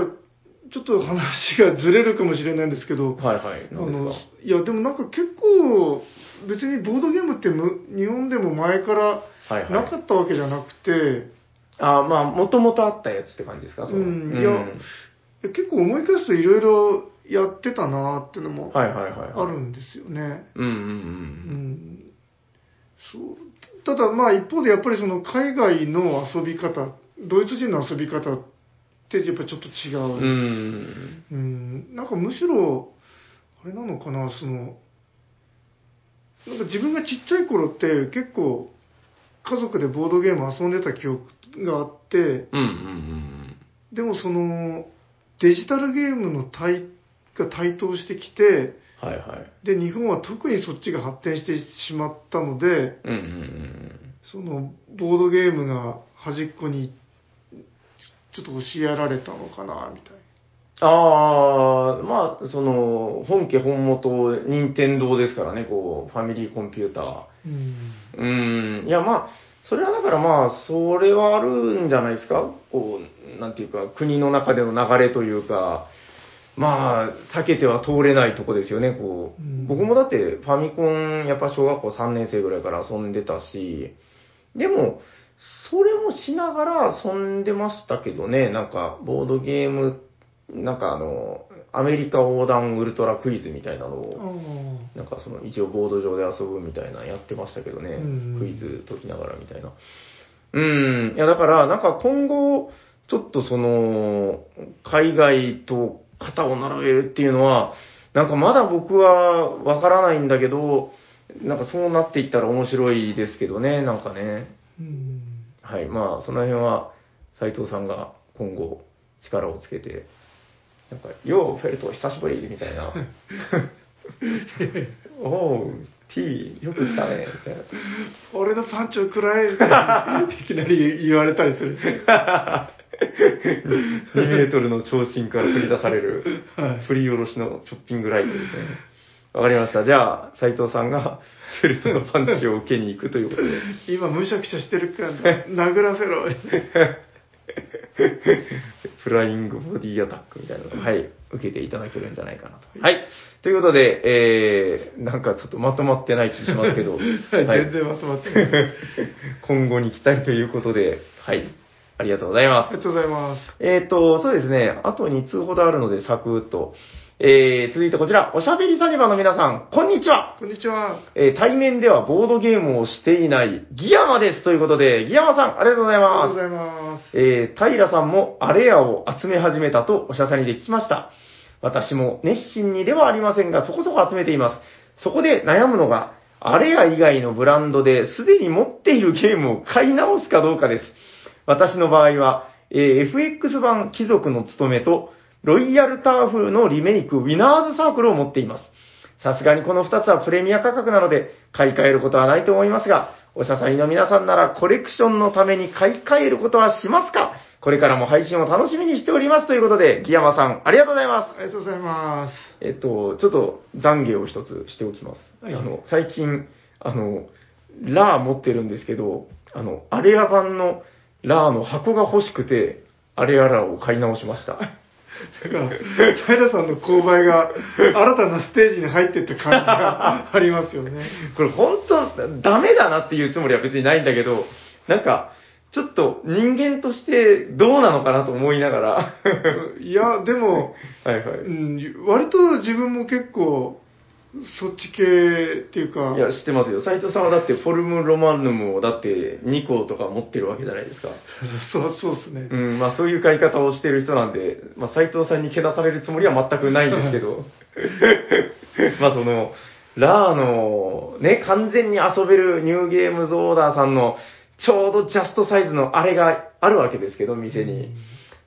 Speaker 1: ちょっと話がずれるかもしれないんですけど、
Speaker 3: はいはい。
Speaker 1: あ
Speaker 3: なんです
Speaker 1: の
Speaker 3: か
Speaker 1: いやでもなんか結構別にボードゲームってむ日本でも前から
Speaker 3: はいはい。
Speaker 1: なかったわけじゃなくて、
Speaker 3: あまあ、もともとあったやつって感じですかその
Speaker 1: うんいやいや結構思い返すといろいろやってたなーってのもあ
Speaker 3: はいはいはい。
Speaker 1: る。んですよね、
Speaker 3: うんう
Speaker 1: う
Speaker 3: んうん。
Speaker 1: んそうただまあ一方でやっぱりその海外の遊び方ドイツ人の遊び方ってやっぱちょっと違
Speaker 3: う
Speaker 1: う、
Speaker 3: ん。
Speaker 1: うん、なんかむしろ、あれなのかな、その、なんか自分がちっちゃい頃って結構家族でボードゲーム遊んでた記憶があって、
Speaker 3: うんうんうん
Speaker 1: でもそのデジタルゲームの対が台頭してきて、
Speaker 3: うん。はいはい。
Speaker 1: で、日本は特にそっちが発展してしまったので、
Speaker 3: うんうんうん。
Speaker 1: そのボードゲームが端っこにちょっと押しやられたのかな、みたいな。
Speaker 3: ああ、まあ、その、本家本元、任天堂ですからね、こう、ファミリーコンピューター。
Speaker 1: うん。
Speaker 3: うん、いやまあ、それはだからまあ、それはあるんじゃないですかこう、なんていうか、国の中での流れというか、まあ、避けては通れないとこですよね、こう。
Speaker 1: うん
Speaker 3: 僕もだって、ファミコン、やっぱ小学校3年生ぐらいから遊んでたし、でも、それもしながら遊んでましたけどね、なんか、ボードゲーム、なんかあの、アメリカ横断ウルトラクイズみたいなのを、
Speaker 1: ああ。
Speaker 3: なんかその一応ボード上で遊ぶみたいなのやってましたけどね、
Speaker 1: うん
Speaker 3: クイズ解きながらみたいな。うん、いやだからなんか今後、ちょっとその、海外と肩を並べるっていうのは、なんかまだ僕はわからないんだけど、なんかそうなっていったら面白いですけどね、なんかね。
Speaker 1: うん
Speaker 3: はい、まあその辺は斉藤さんが今後力をつけて、なんか、よう、フェルト、久しぶりみたいな。おう、T、よく来たね、みたいな。
Speaker 1: 俺のパンチを食らえ っていきなり言われたりする。
Speaker 3: 2メートルの長身から繰り出される
Speaker 1: はい、
Speaker 3: 振り下ろしのチョッピングライトですね。わかりました。じゃあ、斉藤さんが、フェルトの パンチを受けに行くということで。
Speaker 1: 今むしゃくしゃしてるから、殴らせろ。
Speaker 3: フライングボディアタックみたいなのを、はい、受けていただけるんじゃないかなと。はい。ということで、えー、なんかちょっとまとまってない気しますけ ど、はい
Speaker 1: 全然まとまってない。
Speaker 3: 今後に期待ということで、はい、ありがとうござい
Speaker 1: あ
Speaker 3: ます
Speaker 1: り。がとうございます。
Speaker 3: えっ、と、そうですね。あと2通ほどあるので、サクッと。えー、続いてこちら、おしゃべりサニバの皆さん、こんにちは
Speaker 1: こんにちは。
Speaker 3: えー、対面ではボードゲームをしていない、ギヤマですということで、ギヤマさん、ありがとうござい
Speaker 1: ありがとうご
Speaker 3: ます。
Speaker 1: ざいます。
Speaker 3: えー、平さんもアレアを集め始めたとおしゃさにで聞きました。私も熱心にではありませんが、そこそこ集めています。そこで悩むのが、アレア以外のブランドですでに持っているゲームを買い直すかどうかです。私の場合は、えー FX 版貴族の務めと、ロイヤルターフのリメイクウィナーズサークルを持っています。さすがにこの2つはプレミア価格なので、買い替えることはないと思いますが、おしゃさりの皆さんならコレクションのために買い替えることはしますかこれからも配信を楽しみにしておりますということで、ギヤマさん、ありがとうございます。
Speaker 1: ありがとうございます。
Speaker 3: えっと、ちょっと懺悔を一つしておきます。
Speaker 1: はい
Speaker 3: あの、最近、あの、ラー持ってるんですけど、あの、アレア版のラーの箱が欲しくて、アレアラーを買い直しました。
Speaker 1: だから、平さんの購買 が新たなステージに入ってった感じがありますよね。
Speaker 3: これ本当、ダメだなっていうつもりは別にないんだけど、なんか、ちょっと人間としてどうなのかなと思いながら、
Speaker 1: いや、でも、
Speaker 3: はいは
Speaker 1: う
Speaker 3: い。
Speaker 1: ん、割と自分も結構、そっち系っていうか
Speaker 3: い、や、知ってますよ。斎藤さんはだって、フォルムロマヌムをだって2個とか持ってるわけじゃないですか。
Speaker 1: そうそうですね
Speaker 3: う。ん、まあそういう買い方をしてる人なんで、まあ斎藤さんにけなされるつもりは全くないんです けど、まあその、ラーの、ね、完全に遊べるニューゲームズオーダーさんの、ちょうどジャストサイズのあれがあるわけですけど、店に。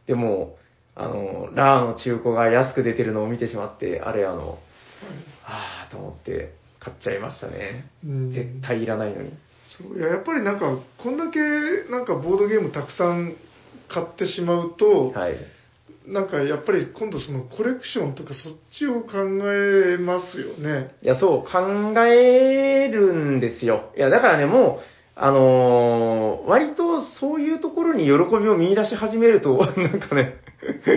Speaker 3: でも、あの、ラーの中古が安く出てるのを見てしまって、あれあの、はぁーと思って買っちゃいましたね。
Speaker 1: うん
Speaker 3: 絶対いらないのに。
Speaker 1: そういややっぱりなんか、こんだけなんかボードゲームたくさん買ってしまうと、
Speaker 3: はい。
Speaker 1: なんかやっぱり今度そのコレクションとかそっちを考えますよね。
Speaker 3: いや、そう、考えるんですよ。いや、だからね、もう、あのー割とそういうところに喜びを見出し始めると、 なんかね、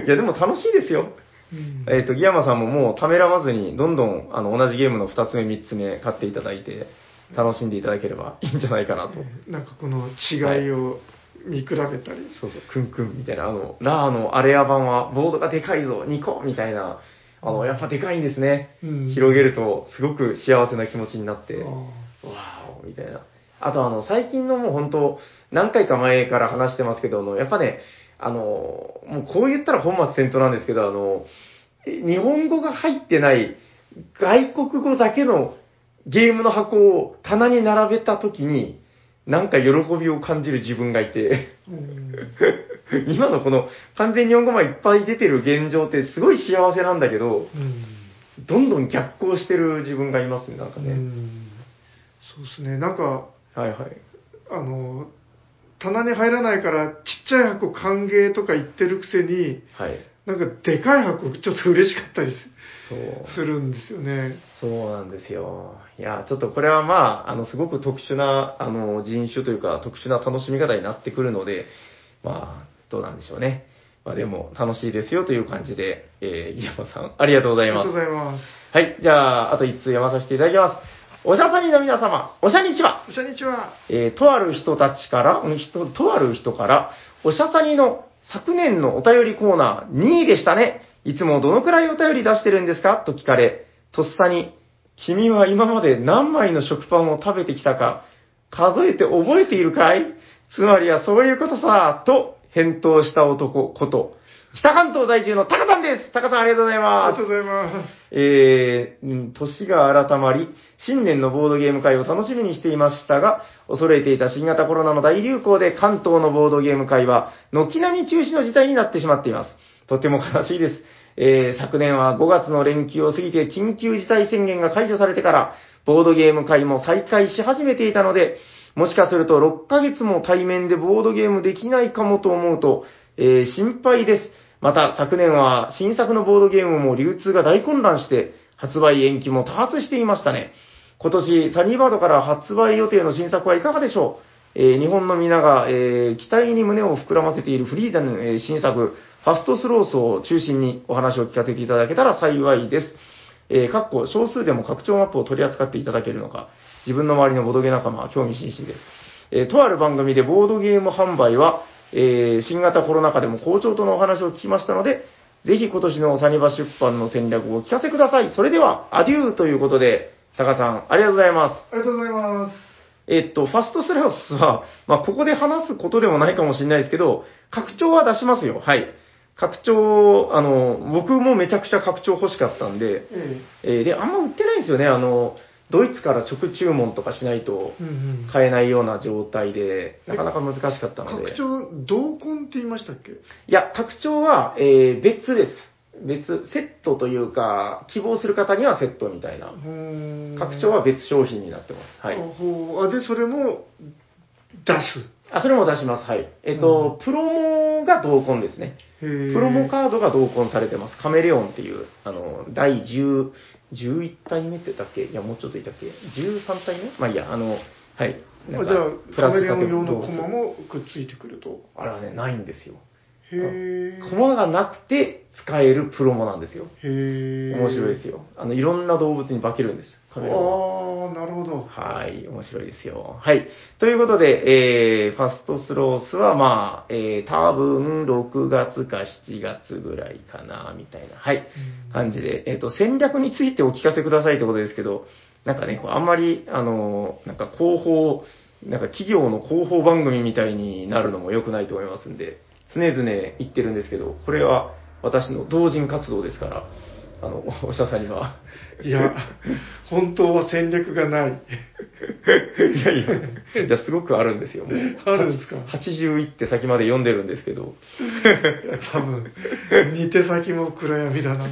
Speaker 3: いや、でも楽しいですよ。
Speaker 1: うん
Speaker 3: えっ、と、ギヤマさんももうためらわずに、どんどん、あの、同じゲームの2つ目、3つ目買っていただいて、楽しんでいただければいいんじゃないかなと。
Speaker 1: なんかこの違いを見比べたり、
Speaker 3: そうそう、クンクンみたいな、あの、ラーのアレア版は、ボードがでかいぞ、2個みたいな、あの、やっぱでかいんですね。
Speaker 1: うん
Speaker 3: 広げると、すごく幸せな気持ちになって。
Speaker 1: あ
Speaker 3: わーおみたいな。あとあの、最近のもう本当、何回か前から話してますけど、あのやっぱね、あの、もうこう言ったら本末転倒なんですけど、あの、え日本語が入ってない外国語だけのゲームの箱を棚に並べた時に、なんか喜びを感じる自分がいて、
Speaker 1: ーうん
Speaker 3: 今のこの完全日本語がいっぱい出てる現状ってすごい幸せなんだけど、どんどん逆行してる自分がいますね、なんか
Speaker 1: う
Speaker 3: ね。
Speaker 1: んそうですねなんか
Speaker 3: はいはい。
Speaker 1: あの棚に入らないからちっちゃい箱歓迎とか言ってるくせに
Speaker 3: はい。
Speaker 1: なんかでかい箱ちょっと嬉しかったりす
Speaker 3: そう。
Speaker 1: するんですよね
Speaker 3: そうなんですよ。いや、ちょっとこれはまあ、あの、すごく特殊な、あの、人種というか、特殊な楽しみ方になってくるので、まあ、どうなんでしょうね。まあでも、楽しいですよという感じで、えー、ギヤマさん、ありがとうござ
Speaker 1: あ
Speaker 3: い
Speaker 1: りが
Speaker 3: ま
Speaker 1: とう
Speaker 3: す
Speaker 1: ご。ざいます
Speaker 3: はい、じゃあ、あと一通読まさせていただきます。おしゃさにの皆様、おしゃにちは
Speaker 1: こんにちは
Speaker 3: えーとある人たちから、うん人、とある人から、おしゃさにの昨年のお便りコーナー2位でしたね。いつもどのくらいお便り出してるんですかと聞かれ、とっさに、君は今まで何枚の食パンを食べてきたか、数えて覚えているかいつまりはそういうことさ、と返答した男こと、北関東在住のタカさんですタカさんありがとうござい
Speaker 1: あ
Speaker 3: ま
Speaker 1: りが
Speaker 3: す
Speaker 1: とうございます
Speaker 3: えーうん年が改まり、新年のボードゲーム会を楽しみにしていましたが、恐れていた新型コロナの大流行で関東のボードゲーム会は、軒並み中止の事態になってしまっています。とても悲しいです。えー昨年は5月の連休を過ぎて緊急事態宣言が解除されてから、ボードゲーム会も再開し始めていたので、もしかすると6ヶ月も対面でボードゲームできないかもと思うと、えー心配です。また、昨年は新作のボードゲームも流通が大混乱して、発売延期も多発していましたね。今年、サニーバードから発売予定の新作はいかがでしょうえー日本の皆が、えー期待に胸を膨らませているフリーザの、えー新作、ファストスロースを中心にお話を聞かせていただけたら幸いです。えー、かっこ少数でも拡張マップを取り扱っていただけるのか、自分の周りのボドゲ仲間は興味津々です。えーとある番組でボードゲーム販売は、えー新型コロナ禍でも好調とのお話を聞きましたので、ぜひ今年のサニバ出版の戦略をお聞かせください。それでは、アデューということで、タカさん、ありがとうございます。
Speaker 1: ありがとうございます。
Speaker 3: えっと、ファストスラウスは、まあ、ここで話すことでもないかもしれないですけど、拡張は出しますよ。はい。拡張、あの、僕もめちゃくちゃ拡張欲しかったんで、
Speaker 1: え
Speaker 3: えーで、あんま売ってないんですよね。あの、ドイツから直注文とかしないと
Speaker 1: えうんうん。
Speaker 3: 買えないような状態で、なかなか難しかったので
Speaker 1: 拡。張、同梱って言いましたっけ
Speaker 3: いや、拡張は、えー別です。別、セットというか、希望する方にはセットみたいな。拡張は
Speaker 1: 別。
Speaker 3: 別商品になってます。はい。
Speaker 1: ほうあ、で、それも、出す。
Speaker 3: あ、それも出します。はい。えっと、プロモが同梱ですね。
Speaker 1: プ
Speaker 3: プロモカードが同梱されてます。カメレオンっていう、あの、第10、11体目って言ったっけいや、もうちょっといたっけ ?13 体目まあいいや、あの、はい。
Speaker 1: じ
Speaker 3: なんか
Speaker 1: ゃあ、カメレオン
Speaker 3: 掛け
Speaker 1: 用の
Speaker 3: 同
Speaker 1: コ
Speaker 3: 梱
Speaker 1: マもくっついてくると。
Speaker 3: あれはね、ないんですよ。
Speaker 1: へえ。
Speaker 3: コマがなくて使えるプロモなんですよ。
Speaker 1: へえ。
Speaker 3: 面白いです
Speaker 1: よ。
Speaker 3: よ。あの、いろんな動物に化けるんです。
Speaker 1: あ
Speaker 3: カメレオンは。
Speaker 1: あ、なるほど。
Speaker 3: はい、面白いですよ。はい。ということで、えー、ファストスロースは、まあ、えー、多分、6月か7月ぐらいかな、みたいな、はい、感じで、えっ、と、戦略についてお聞かせくださいってことですけど、なんかね、こうあんまり、あのー、なんか広報、なんか企業の広報番組みたいになるのも良くないと思いますんで、常々言ってるんですけど、これは私の同人活動ですから、あの、お医ゃさんには。
Speaker 1: い や、本当は戦略がない。
Speaker 3: いやいや、いや、すごくあるんですよ、もう。
Speaker 1: あるんですか
Speaker 3: 81って先まで読んでるんですけど。
Speaker 1: いや多分、似て先も暗闇だな。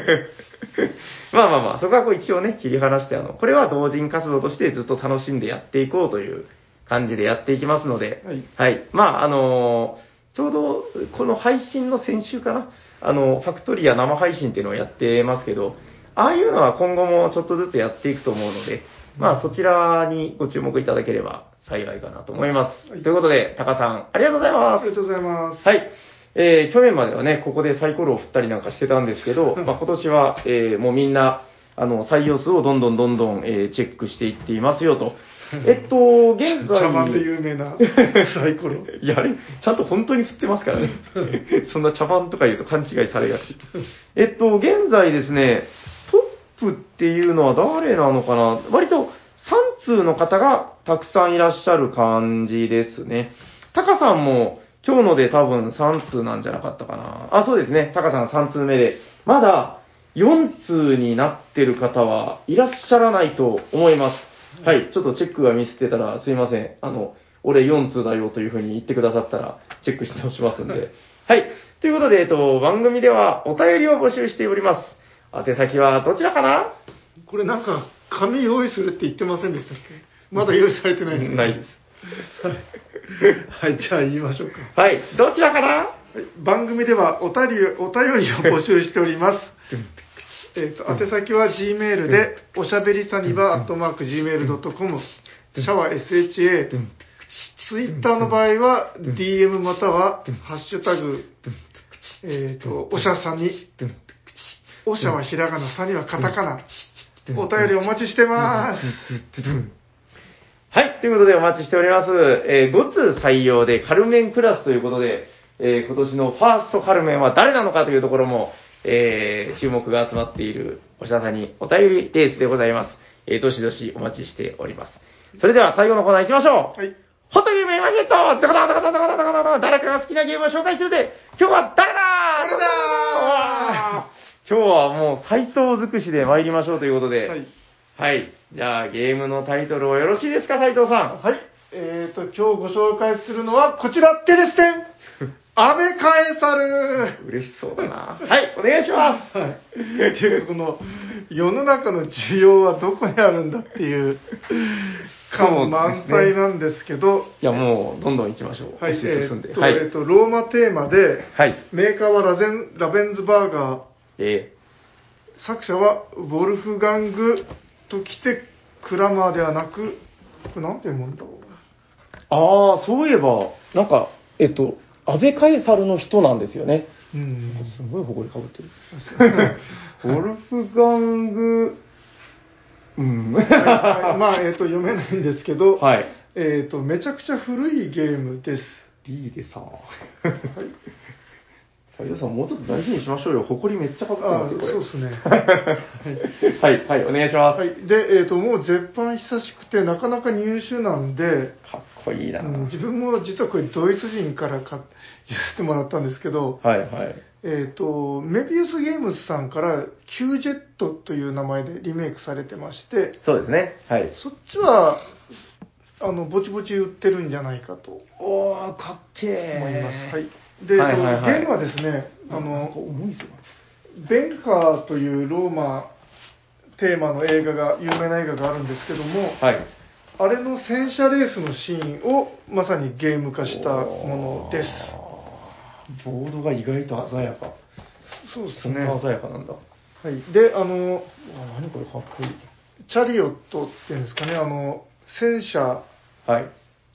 Speaker 3: まあまあまあ、そこはこう一応ね、切り離して、あの、これは同人活動としてずっと楽しんでやっていこうという感じでやっていきますので、
Speaker 1: はい。
Speaker 3: まあ、あのーちょうど、この配信の先週かな、あの、ファクトリア生配信っていうのをやってますけど、ああいうのは今後もちょっとずつやっていくと思うので、まあ、そちらにご注目いただければ幸いかなと思います。
Speaker 1: はい
Speaker 3: ということで、タカさん、ありがとうございま
Speaker 1: あ
Speaker 3: す
Speaker 1: り。がとうございます。
Speaker 3: はい。えー去年まではね、ここでサイコロを振ったりなんかしてたんですけ ど、まあ、今年は、えーもうみんな、あの、採用数をどんどんどんどん、えーチェックしていっていま すよと。えっと、現在。
Speaker 1: 茶番で有名なサイコロ。
Speaker 3: いや、あれ、ちゃんと本当に振ってますからね。そんな茶番とか言うと勘違いされがち。えっと、現在ですね、トップっていうのは誰なのかな割と3通の方がたくさんいらっしゃる感じですね。タカさんも今日ので多分3通なんじゃなかったかな。あ、そうですね。タカさん3通目で。まだ4通になってる方はいらっしゃらないと思います。はい。ちょっとチェックがミスってたらすいません。あの、俺4通だよというふうに言ってくださったら、チェックして直しますんで。 はい。ということで、えっと、番組ではお便りを募集しております。宛先はどちらかな
Speaker 1: これなんか、紙用意するって言ってませんでしたっけまだ用意されてないですね。
Speaker 3: ないです。
Speaker 1: はい、じゃあ言いましょうか。
Speaker 3: はい。どちらかな
Speaker 1: はい番組ではおたりお便りを募集しております。 えっと、宛先は G メールで、おしゃべりさにば、アットマーク Gmail.com、シャワー SHA、ツイッターの場合は、DM または、ハッシュタグ、えっと、おしゃさに、おしゃはひらがな、さにはカタカナ、お便りお待ちしてます。
Speaker 3: はい。ということでお待ちしております。えー5通採用でカルメンクラスということで、えー今年のファーストカルメンは誰なのかというところも、えー注目が集まっているおしゃさんにお便りレースでございます。えーどしどしお待ちしております。それでは最後のコーナー行きましょう。
Speaker 1: はい。
Speaker 3: ホットゲームマーケットダカダカダカダカダカダカダ誰かが好きなゲームを紹介するで、今日は誰だ
Speaker 1: 誰だ
Speaker 3: わー今日はもう斎藤尽くしで参りましょうということで、
Speaker 1: はい。
Speaker 3: はい。じゃあ、ゲームのタイトルをよろしいですか、斉藤さん。
Speaker 1: はい。えーと、今日ご紹介するのはこちら、テレステ ン、アメカエサル。
Speaker 3: 嬉しそうだな。はい、お願いします。
Speaker 1: はい。っていうか、この、世の中の需要はどこにあるんだって いう
Speaker 3: そうですね
Speaker 1: 感満載なんですけど、
Speaker 3: いや、もう、どんどん行きましょう。
Speaker 1: はい、え
Speaker 3: 進んで。
Speaker 1: ーと、
Speaker 3: はい。
Speaker 1: えーと、ローマテーマで、
Speaker 3: はい。
Speaker 1: メーカーはラゼンラベンズバーガー、
Speaker 3: え
Speaker 1: 作者はウォルフガングときて、クラマーではなく、これなんて読むんだろう。
Speaker 3: ー、ああ、そういえば、
Speaker 4: なんか、えっと、安倍カエサルの人なんですよね。
Speaker 1: うん。
Speaker 4: すごい埃かぶってる。
Speaker 3: ウォルフガング、 うん。
Speaker 1: はいまあ、えっ、と、読めないんですけど、
Speaker 3: はい。
Speaker 1: えっ、と、めちゃくちゃ古いゲームです。
Speaker 3: リーでさ、太陽さん、もうちょっと大事にしましょうよ。埃めっちゃかぶって
Speaker 1: あ
Speaker 3: ま
Speaker 1: あ、
Speaker 3: す
Speaker 1: そう
Speaker 3: よ、これ。
Speaker 1: ですね。
Speaker 3: はい、はい、お願いします。
Speaker 1: はい。で、えっ、と、もう絶版久しくて、なかなか入手なんで、
Speaker 3: かっこいいな、
Speaker 1: うん自分も実はこれドイツ人から買っ譲ってもらったんですけど、
Speaker 3: はい、はい。
Speaker 1: えっ、と、メビウスゲームズさんから、キュージェットという名前でリメイクされてまして、
Speaker 3: そうですね。はい。
Speaker 1: そっちは、あの、ぼちぼち売ってるんじゃないかと思い
Speaker 3: おー、かっけえ
Speaker 1: ます。はい。。で、えっと
Speaker 3: はいはいはい
Speaker 1: ゲームはですね、あの、
Speaker 3: 重いぞ。
Speaker 1: ベンカーというローマテーマの映画が、有名な映画があるんですけども、
Speaker 3: はい。
Speaker 1: あれの戦車レースのシーンをまさにゲーム化したものです。
Speaker 3: おー。ボードが意外と鮮やか。
Speaker 1: そうです
Speaker 3: そん
Speaker 1: ね。
Speaker 3: な
Speaker 1: は
Speaker 3: 鮮やかなんだ。
Speaker 1: い。で、あの、
Speaker 3: うわ何これかっこいい。
Speaker 1: チャリオットっていうんですかね、あの、戦車
Speaker 3: はい。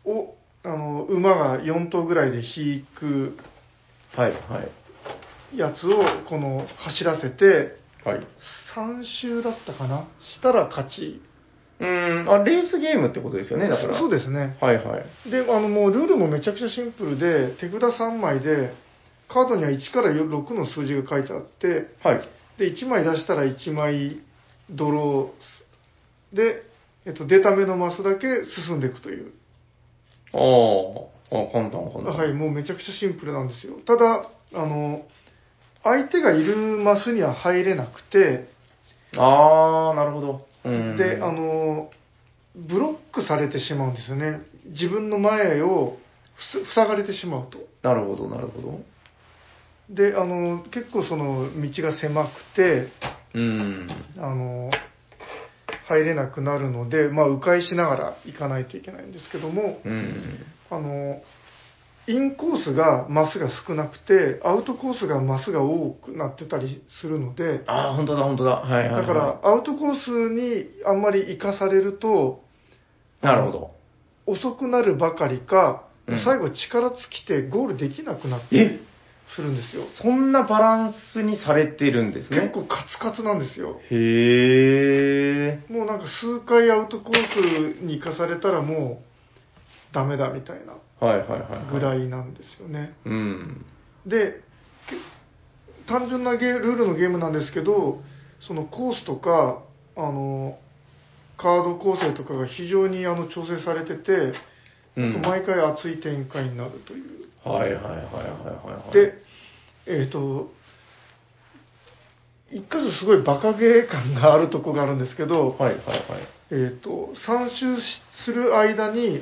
Speaker 1: を、あの、馬が4頭ぐらいで引く
Speaker 3: はい、はい。
Speaker 1: やつを、この、走らせて、
Speaker 3: はい。
Speaker 1: 3周だったかなしたら勝ち。
Speaker 3: うーん、あ、レースゲームってことですよね、だから。
Speaker 1: そうですね。
Speaker 3: はいはい。
Speaker 1: で、あの、もうルールもめちゃくちゃシンプルで、手札3枚で、カードには1から6の数字が書いてあって、
Speaker 3: はい。
Speaker 1: で、1枚出したら1枚ドローで、えっと、出た目のマスだけ進んでいくという。
Speaker 3: あーあ、簡単簡単。
Speaker 1: はい、もうめちゃくちゃシンプルなんですよ。ただ、あの、相手がいるマスには入れなくて、
Speaker 3: ああ、なるほど。うん。
Speaker 1: で、あ、の、ブロックされてしまうんですよね。自分の前をふす塞がれてしまうと。
Speaker 3: なるほど、なるほど。
Speaker 1: で、あの、結構その道が狭くて、
Speaker 3: うん。
Speaker 1: あの、入れなくなるので、まあ、迂回しながら行かないといけないんですけども、
Speaker 3: うん。
Speaker 1: あの、インコースがマスが少なくて、アウトコースがマスが多くなってたりするので、
Speaker 3: ああ、本当だ、本当だ。はいはい、はい。
Speaker 1: だから、アウトコースにあんまり生かされると、
Speaker 3: なるほど。
Speaker 1: 遅くなるばかりか
Speaker 3: うん、
Speaker 1: 最後力尽きてゴールできなくなった
Speaker 3: え
Speaker 1: りするんですよ。
Speaker 3: そんなバランスにされてるんですね。
Speaker 1: 結構カツカツなんですよ。
Speaker 3: へえ。
Speaker 1: もうなんか数回アウトコースに生かされたらもうダメだみたいな
Speaker 3: はいはいはいはい。
Speaker 1: ぐら
Speaker 3: い。
Speaker 1: いなんですよね。
Speaker 3: うん。
Speaker 1: でけ単純なゲールールのゲームなんですけどそのコースとかあのカード構成とかが非常にあの調整されてて、
Speaker 3: うん。はい
Speaker 1: 毎回熱い展開になるという、
Speaker 3: はいはいはいはいはい。
Speaker 1: で、えっと一箇所すごいバカゲー感があるとこがあるんですけど、
Speaker 3: はいはいはい。
Speaker 1: えっと3周しする間に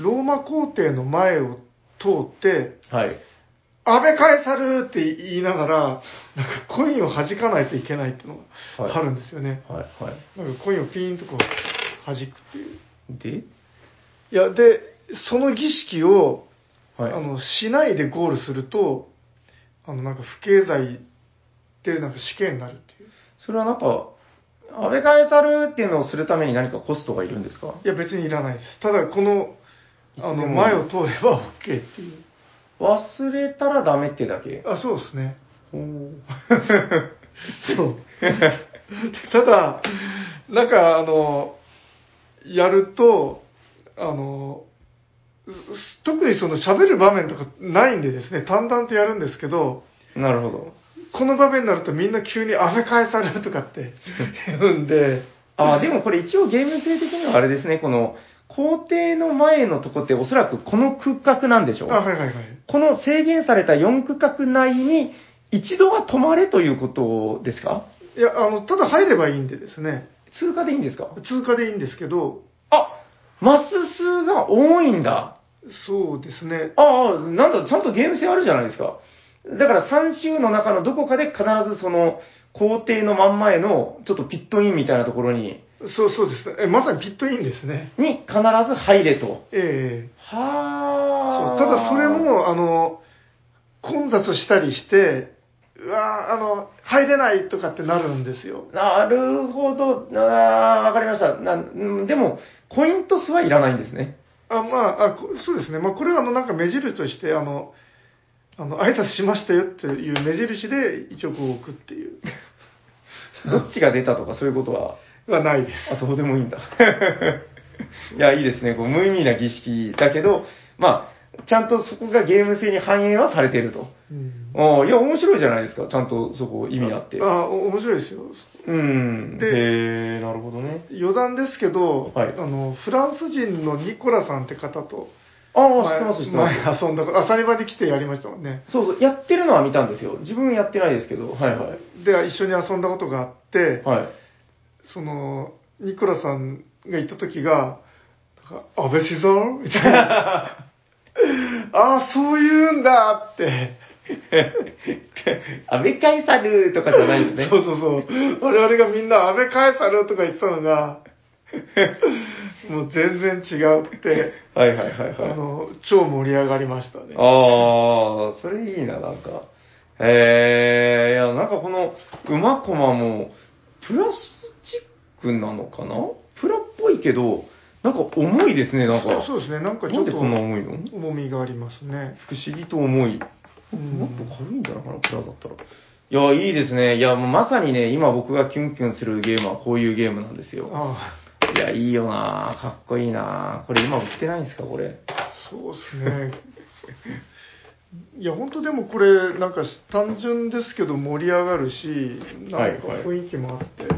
Speaker 3: うん。
Speaker 1: ローマ皇帝の前を通って
Speaker 3: はい。
Speaker 1: 安倍返さるって言いながら、なんかコインを弾かないといけないっていうの
Speaker 3: はい
Speaker 1: があるんですよね。
Speaker 3: はいはい。
Speaker 1: なんかコインをピーンとこう弾くっていう。
Speaker 3: で、
Speaker 1: いや、で、その儀式を、
Speaker 3: はい。
Speaker 1: あの、しないでゴールすると、あの、なんか不敬罪でなんか死刑になるっていう。
Speaker 3: それはなんか、安倍カエサルっていうのをするために何かコストがいるんですか
Speaker 1: いや、別にいらないです。ただ、この、あ
Speaker 3: いつで
Speaker 1: の、
Speaker 3: も
Speaker 1: 前を通れば OK っていう。
Speaker 3: 忘れたらダメってだけ。
Speaker 1: あ、そうですね。
Speaker 3: ほう
Speaker 1: そう。 ただ、なんかあの、やると、あの、す特にその喋る場面とかないんでですね、淡々とやるんですけど、
Speaker 3: なるほど。
Speaker 1: この場面になるとみんな急に安倍返されるとかって 言うんで、
Speaker 3: あ あ、でもこれ一応ゲーム性的にはあれですね、この、皇帝の前のとこっておそらくこの区画なんでし
Speaker 1: あ、
Speaker 3: ょう。
Speaker 1: はいはいはい。
Speaker 3: この制限された4区画内に一度は止まれということですか
Speaker 1: いや、あの、ただ入ればいいんでですね、
Speaker 3: 通過でいいんですか
Speaker 1: 通過でいいんですけど、
Speaker 3: あ、マス数が多いんだ。
Speaker 1: そうですね、
Speaker 3: ああ、なんだ、ちゃんとゲーム性あるじゃないですか。だから3週の中のどこかで必ずその、皇帝の真ん前の、ちょっとピットインみたいなところに、
Speaker 1: そうそうですね、えまさにピットインですね。
Speaker 3: に必ず入れと。
Speaker 1: ええそ
Speaker 3: はあ。
Speaker 1: うただそれ、も、あの、混雑したりして、うわーあの、入れないとかってなるんですよ。
Speaker 3: な るほど、ああ、わかりました。なんうんでも、コイントスはいらないんですね。
Speaker 1: あ、まあ、あこそうですね。まあ、これはあの、なんか目印として、あの、あの、挨拶しましたよっていう目印で一応こう置くっていう。
Speaker 3: どっちが出たとかそういうことは、
Speaker 1: はないです。
Speaker 3: あ、どうでもいいんだ。 いや、いいですね。こう無意味な儀式だけど、まあ、ちゃんとそこがゲーム性に反映はされていると。
Speaker 1: うん
Speaker 3: ああ、いや、面白いじゃないですか。ちゃんとそこ意味あって。
Speaker 1: あ、お面白いですよ。
Speaker 3: うん。
Speaker 1: で
Speaker 3: へえ、なるほどね。
Speaker 1: 余談ですけど、
Speaker 3: はい
Speaker 1: あの、フランス人のニコラさんって方と、
Speaker 3: ああ、知っ
Speaker 1: 前
Speaker 3: てます、知ってます。
Speaker 1: 前遊んだから、あ、サニバに来てやりましたもんね。
Speaker 3: そうそう、やってるのは見たんですよ。自分やってないですけど。はいはい。
Speaker 1: で、一緒に遊んだことがあって、
Speaker 3: はい。
Speaker 1: その、ニコラさんが行った時が、なんか安倍静雄みたいな。 ああ、そういうんだって。
Speaker 3: 安倍会サルとかじゃないよね。
Speaker 1: そうそうそう。我々がみんな安倍返さるとか言ってたのが、もう全然違うって、
Speaker 3: はいはいはい
Speaker 1: あ
Speaker 3: はい。
Speaker 1: の、超盛り上がりましたね。
Speaker 3: ああ、それいいな、なんか。へえ、いや、なんかこの、馬駒も、プラスチックなのかなプラっぽいけど、なんか重いですね、なんか。
Speaker 1: そうですね、なんかち
Speaker 3: な
Speaker 1: ょ
Speaker 3: ん
Speaker 1: っ
Speaker 3: で
Speaker 1: と
Speaker 3: こんな重いの
Speaker 1: 重みがありますね。
Speaker 3: 不思議と重い。
Speaker 1: うん
Speaker 3: もっと軽いんじゃないかな、プラだったら。いや、いいですね。いや、もうまさにね、今僕がキュンキュンするゲームはこういうゲームなんですよ。
Speaker 1: あ
Speaker 3: いや、いいよなぁ。かっこいいなぁ。これ今売ってないんですか、これ。
Speaker 1: あ、そうですね。 いや、本当でもこれ、なんか単純ですけど盛り上がるし、なんか
Speaker 3: はいはい
Speaker 1: 雰囲気もあって、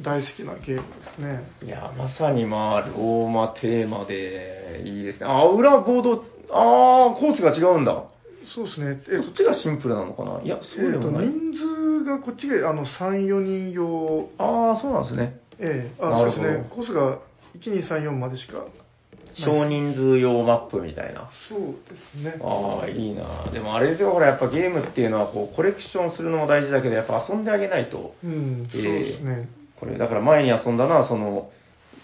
Speaker 1: 大好きなゲームですね。
Speaker 3: いや、まさにまあ、ローマテーマで、いいですね。あ、裏ボード、あー、コースが違うんだ。こ
Speaker 1: そうですね。えっと
Speaker 3: っちがシンプルなのかないや、
Speaker 1: え
Speaker 3: そうで
Speaker 1: っと
Speaker 3: もない。
Speaker 1: 人数がこっちがあの3、4人用、
Speaker 3: あー、そうなんですね。
Speaker 1: ええ、あ
Speaker 3: な
Speaker 1: そう
Speaker 3: る
Speaker 1: です
Speaker 3: ほど
Speaker 1: ね、コースが1、2、3、4までしか、
Speaker 3: 少人数用マップみたいな。
Speaker 1: そうですね、
Speaker 3: ああ、いいな。でもあれですよ、ほら、やっぱゲームっていうのは、こう、コレクションするのも大事だけど、やっぱ遊んであげないと。
Speaker 1: うん、そうですね、
Speaker 3: これ、だから前に遊んだのは、その、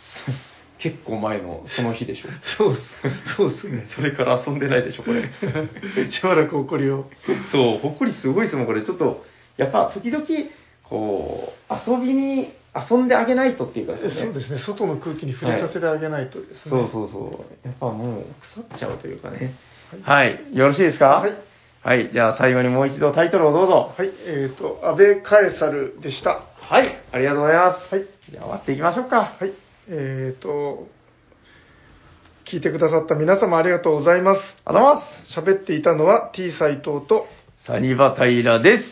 Speaker 3: 結構前のその日でしょ。
Speaker 1: そうっす、そうです ね、
Speaker 3: それから遊んでないでしょ、これ。
Speaker 1: しばらく怒りを、
Speaker 3: そう、ほっこりすごいですもん、これ。ちょっと、やっぱ時々、こう、遊びに、遊んであげないとっていうかですね。
Speaker 1: そうですね、外の空気に触れさせてあげないとですね、
Speaker 3: そうそうそう。やっぱもう腐っちゃうというかね。はい。よろしいですか
Speaker 1: はい。
Speaker 3: はい。じゃあ最後にもう一度タイトルをどうぞ。
Speaker 1: はい、えっ、と、安倍カエサルでした。
Speaker 3: はい。ありがとうございます。
Speaker 1: はい。
Speaker 3: じゃあ終わっていきましょうか。
Speaker 1: はい、えっ、と、聞いてくださった皆様ありがとうございます。
Speaker 3: ありがとうございま
Speaker 1: 喋っていたのは T 斎藤と、
Speaker 3: す。サニバタイラです。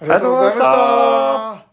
Speaker 1: ありがとうございました。